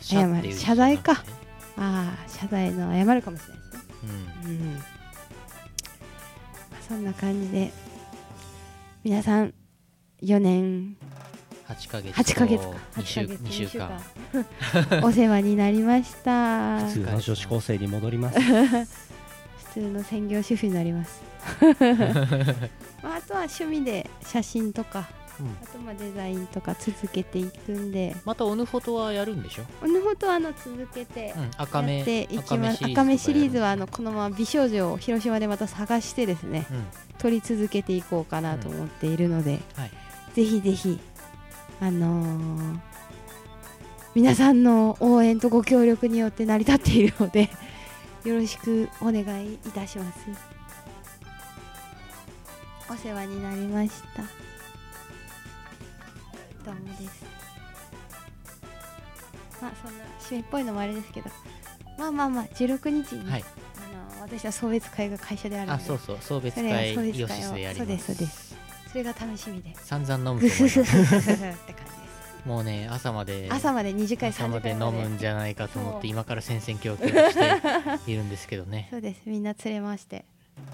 Speaker 2: 謝
Speaker 1: 謝
Speaker 2: ってい
Speaker 1: る
Speaker 2: う字
Speaker 1: 謝罪か
Speaker 2: なんだね。
Speaker 1: ああ謝罪の謝るかもしれないですね
Speaker 2: うん。
Speaker 1: うんまあそんな感じで皆さん4年
Speaker 2: 8ヶ月と
Speaker 1: 8ヶ月か
Speaker 2: 2週
Speaker 1: 8ヶ月
Speaker 2: 二週間
Speaker 1: 間 *laughs* お世話になりました
Speaker 3: 普通の女子高生に戻ります *laughs*
Speaker 1: 普通の専業主婦になり
Speaker 2: *laughs*
Speaker 1: ます、まあ、あとは趣味で写真とか、
Speaker 2: うん
Speaker 1: あとまあデザインとか続けていくんで
Speaker 2: またオヌフォトはやるんでしょ、
Speaker 1: ほんとあの続けて
Speaker 2: うん、赤
Speaker 1: やっ
Speaker 2: 目
Speaker 1: ていきます
Speaker 2: とかやる
Speaker 1: 赤目シリーズはあのこのまま美少女を広島でまた探してですね
Speaker 2: うん
Speaker 1: 撮り続けていこうかなと思っているので、
Speaker 2: はい
Speaker 1: ぜひぜひあのー皆さんの応援とご協力によって成り立っているので *laughs* よろしくお願いいたしますお世話になりましたどうもですまあそんな締めっぽいのもあれですけどまあまあまあ16日に、
Speaker 2: はい
Speaker 1: あの私は送別会が会社であるの
Speaker 2: あ
Speaker 1: で
Speaker 2: そうそう送別
Speaker 1: それは
Speaker 2: 会
Speaker 1: 送別
Speaker 2: イ
Speaker 1: 会
Speaker 2: オ
Speaker 1: を
Speaker 2: シスでやり
Speaker 1: そう
Speaker 2: ま
Speaker 1: ですすそうですそれが楽しみ
Speaker 2: *laughs*
Speaker 1: で
Speaker 2: 散々飲む
Speaker 1: グ
Speaker 2: と
Speaker 1: フ
Speaker 2: 思い
Speaker 1: フ
Speaker 2: ます
Speaker 1: フフフって感じです
Speaker 2: もうね朝ま
Speaker 1: *laughs*
Speaker 2: で
Speaker 1: 朝まで2時間
Speaker 2: 朝
Speaker 1: 3
Speaker 2: ま
Speaker 1: 時
Speaker 2: で
Speaker 1: 間
Speaker 2: 飲
Speaker 1: ま
Speaker 2: む
Speaker 1: で
Speaker 2: んじゃないかと思って
Speaker 1: そう
Speaker 2: 今から戦々恐々しているんですけどね
Speaker 1: そうですみんな連れまして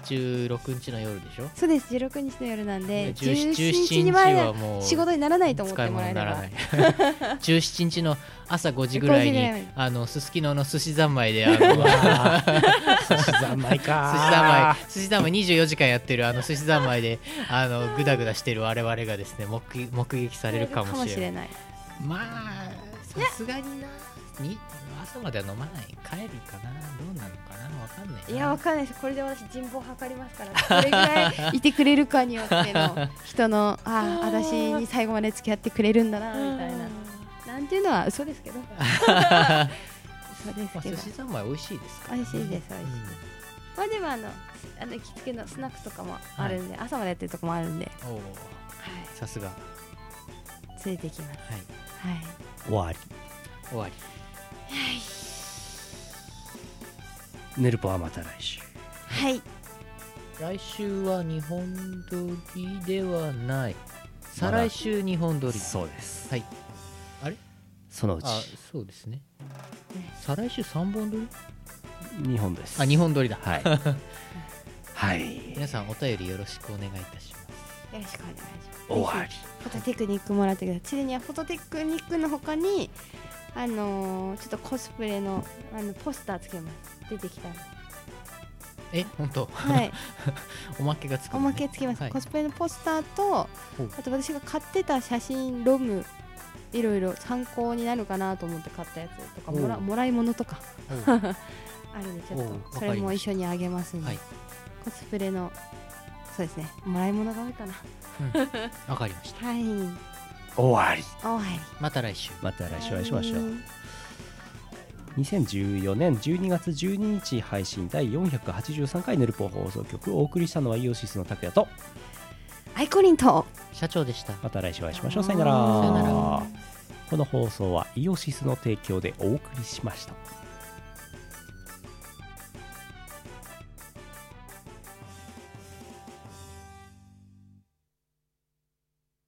Speaker 2: 16日の夜でしょ
Speaker 1: そうです16日の夜なんで
Speaker 2: 17
Speaker 1: 17
Speaker 2: 日
Speaker 1: 日
Speaker 2: に
Speaker 1: に
Speaker 2: は
Speaker 1: は
Speaker 2: もう
Speaker 1: 仕事にならないと思っ
Speaker 2: 使
Speaker 1: て
Speaker 2: い
Speaker 1: も
Speaker 2: 物
Speaker 1: らえ
Speaker 2: に
Speaker 1: れ
Speaker 2: なら
Speaker 1: ば
Speaker 2: ない *laughs* 17日の朝5時ぐらい
Speaker 1: 5時ぐらい
Speaker 2: に
Speaker 1: に
Speaker 2: あのすすきのの寿司三昧であの
Speaker 1: *laughs*
Speaker 3: うわー寿司三昧か
Speaker 2: 寿司三昧寿司三昧24時間やってるあの寿司三昧であのグダグダしてる我々がですね目目撃されるかもしれない
Speaker 1: ない
Speaker 2: まあさすがになに朝までは飲まない帰るかなどうなのかなわかんないない
Speaker 1: やわかんないですこれで私人望測りますからどれぐらいいてくれるかによっての人
Speaker 2: *laughs*
Speaker 1: のああ私に最後まで付き合ってくれるんだなみたいななんていうのは嘘ですけ
Speaker 2: *laughs*
Speaker 1: ど *laughs* 嘘で
Speaker 2: ますあ、
Speaker 1: け
Speaker 2: 寿
Speaker 1: ど
Speaker 2: 司三昧美味しいですか
Speaker 1: 美味しいです美味しいですまあでもあのあの行きつけのスナックとかもあるんで、朝までやってるとこもあるんで、
Speaker 2: うんおおさすがは
Speaker 1: 連れてきます
Speaker 2: い
Speaker 1: はい
Speaker 3: 終わ
Speaker 2: 終わり
Speaker 3: りヌルポはまた来週
Speaker 1: はい
Speaker 2: 来週は日本撮りではない再
Speaker 3: まだ
Speaker 2: 来週日本撮り
Speaker 3: そうです
Speaker 2: はいあれ
Speaker 3: そのうち
Speaker 2: あそうですね再来週3本撮り
Speaker 3: 日本です
Speaker 2: あ日本撮りだ
Speaker 3: はいはい
Speaker 2: 皆さんお便りよろしくお願いいたします
Speaker 1: よろしくお願いします
Speaker 3: 終わ
Speaker 1: ぜ
Speaker 3: り
Speaker 1: ひフォトテクニックもらってくださいついでにはフォトテクニックの他にあのーちょっとコスプレのあのポスターつけます出てきた *laughs* ら
Speaker 2: え本当
Speaker 1: はい
Speaker 2: おまけがつく
Speaker 1: お
Speaker 2: のね、
Speaker 1: まけつけます、
Speaker 2: はい
Speaker 1: コスプレのポスターと
Speaker 2: ほう
Speaker 1: あと私が買ってた写真ロムいろいろ参考になるかなと思って買ったやつとかもら
Speaker 2: おう
Speaker 1: もらい物とか
Speaker 2: おう
Speaker 1: あるんでちょ
Speaker 2: おう
Speaker 1: っ
Speaker 2: わかりました
Speaker 1: とそれも一緒にあげますんで、
Speaker 2: はい
Speaker 1: コスプレのそうですねもらい物が多いかな
Speaker 2: わかりました
Speaker 1: はい
Speaker 3: 終わり
Speaker 1: 終わり
Speaker 2: また来週
Speaker 3: また来週お会いしましょう2014年12月12日配信第483回ヌルポ放送局をお送りしたのはイオシスの拓也と
Speaker 1: アイコリンと
Speaker 5: 社長でした
Speaker 3: また来週お会いしましょうさよなら
Speaker 5: さよなら
Speaker 3: この放送はイオシスの提供でお送りしました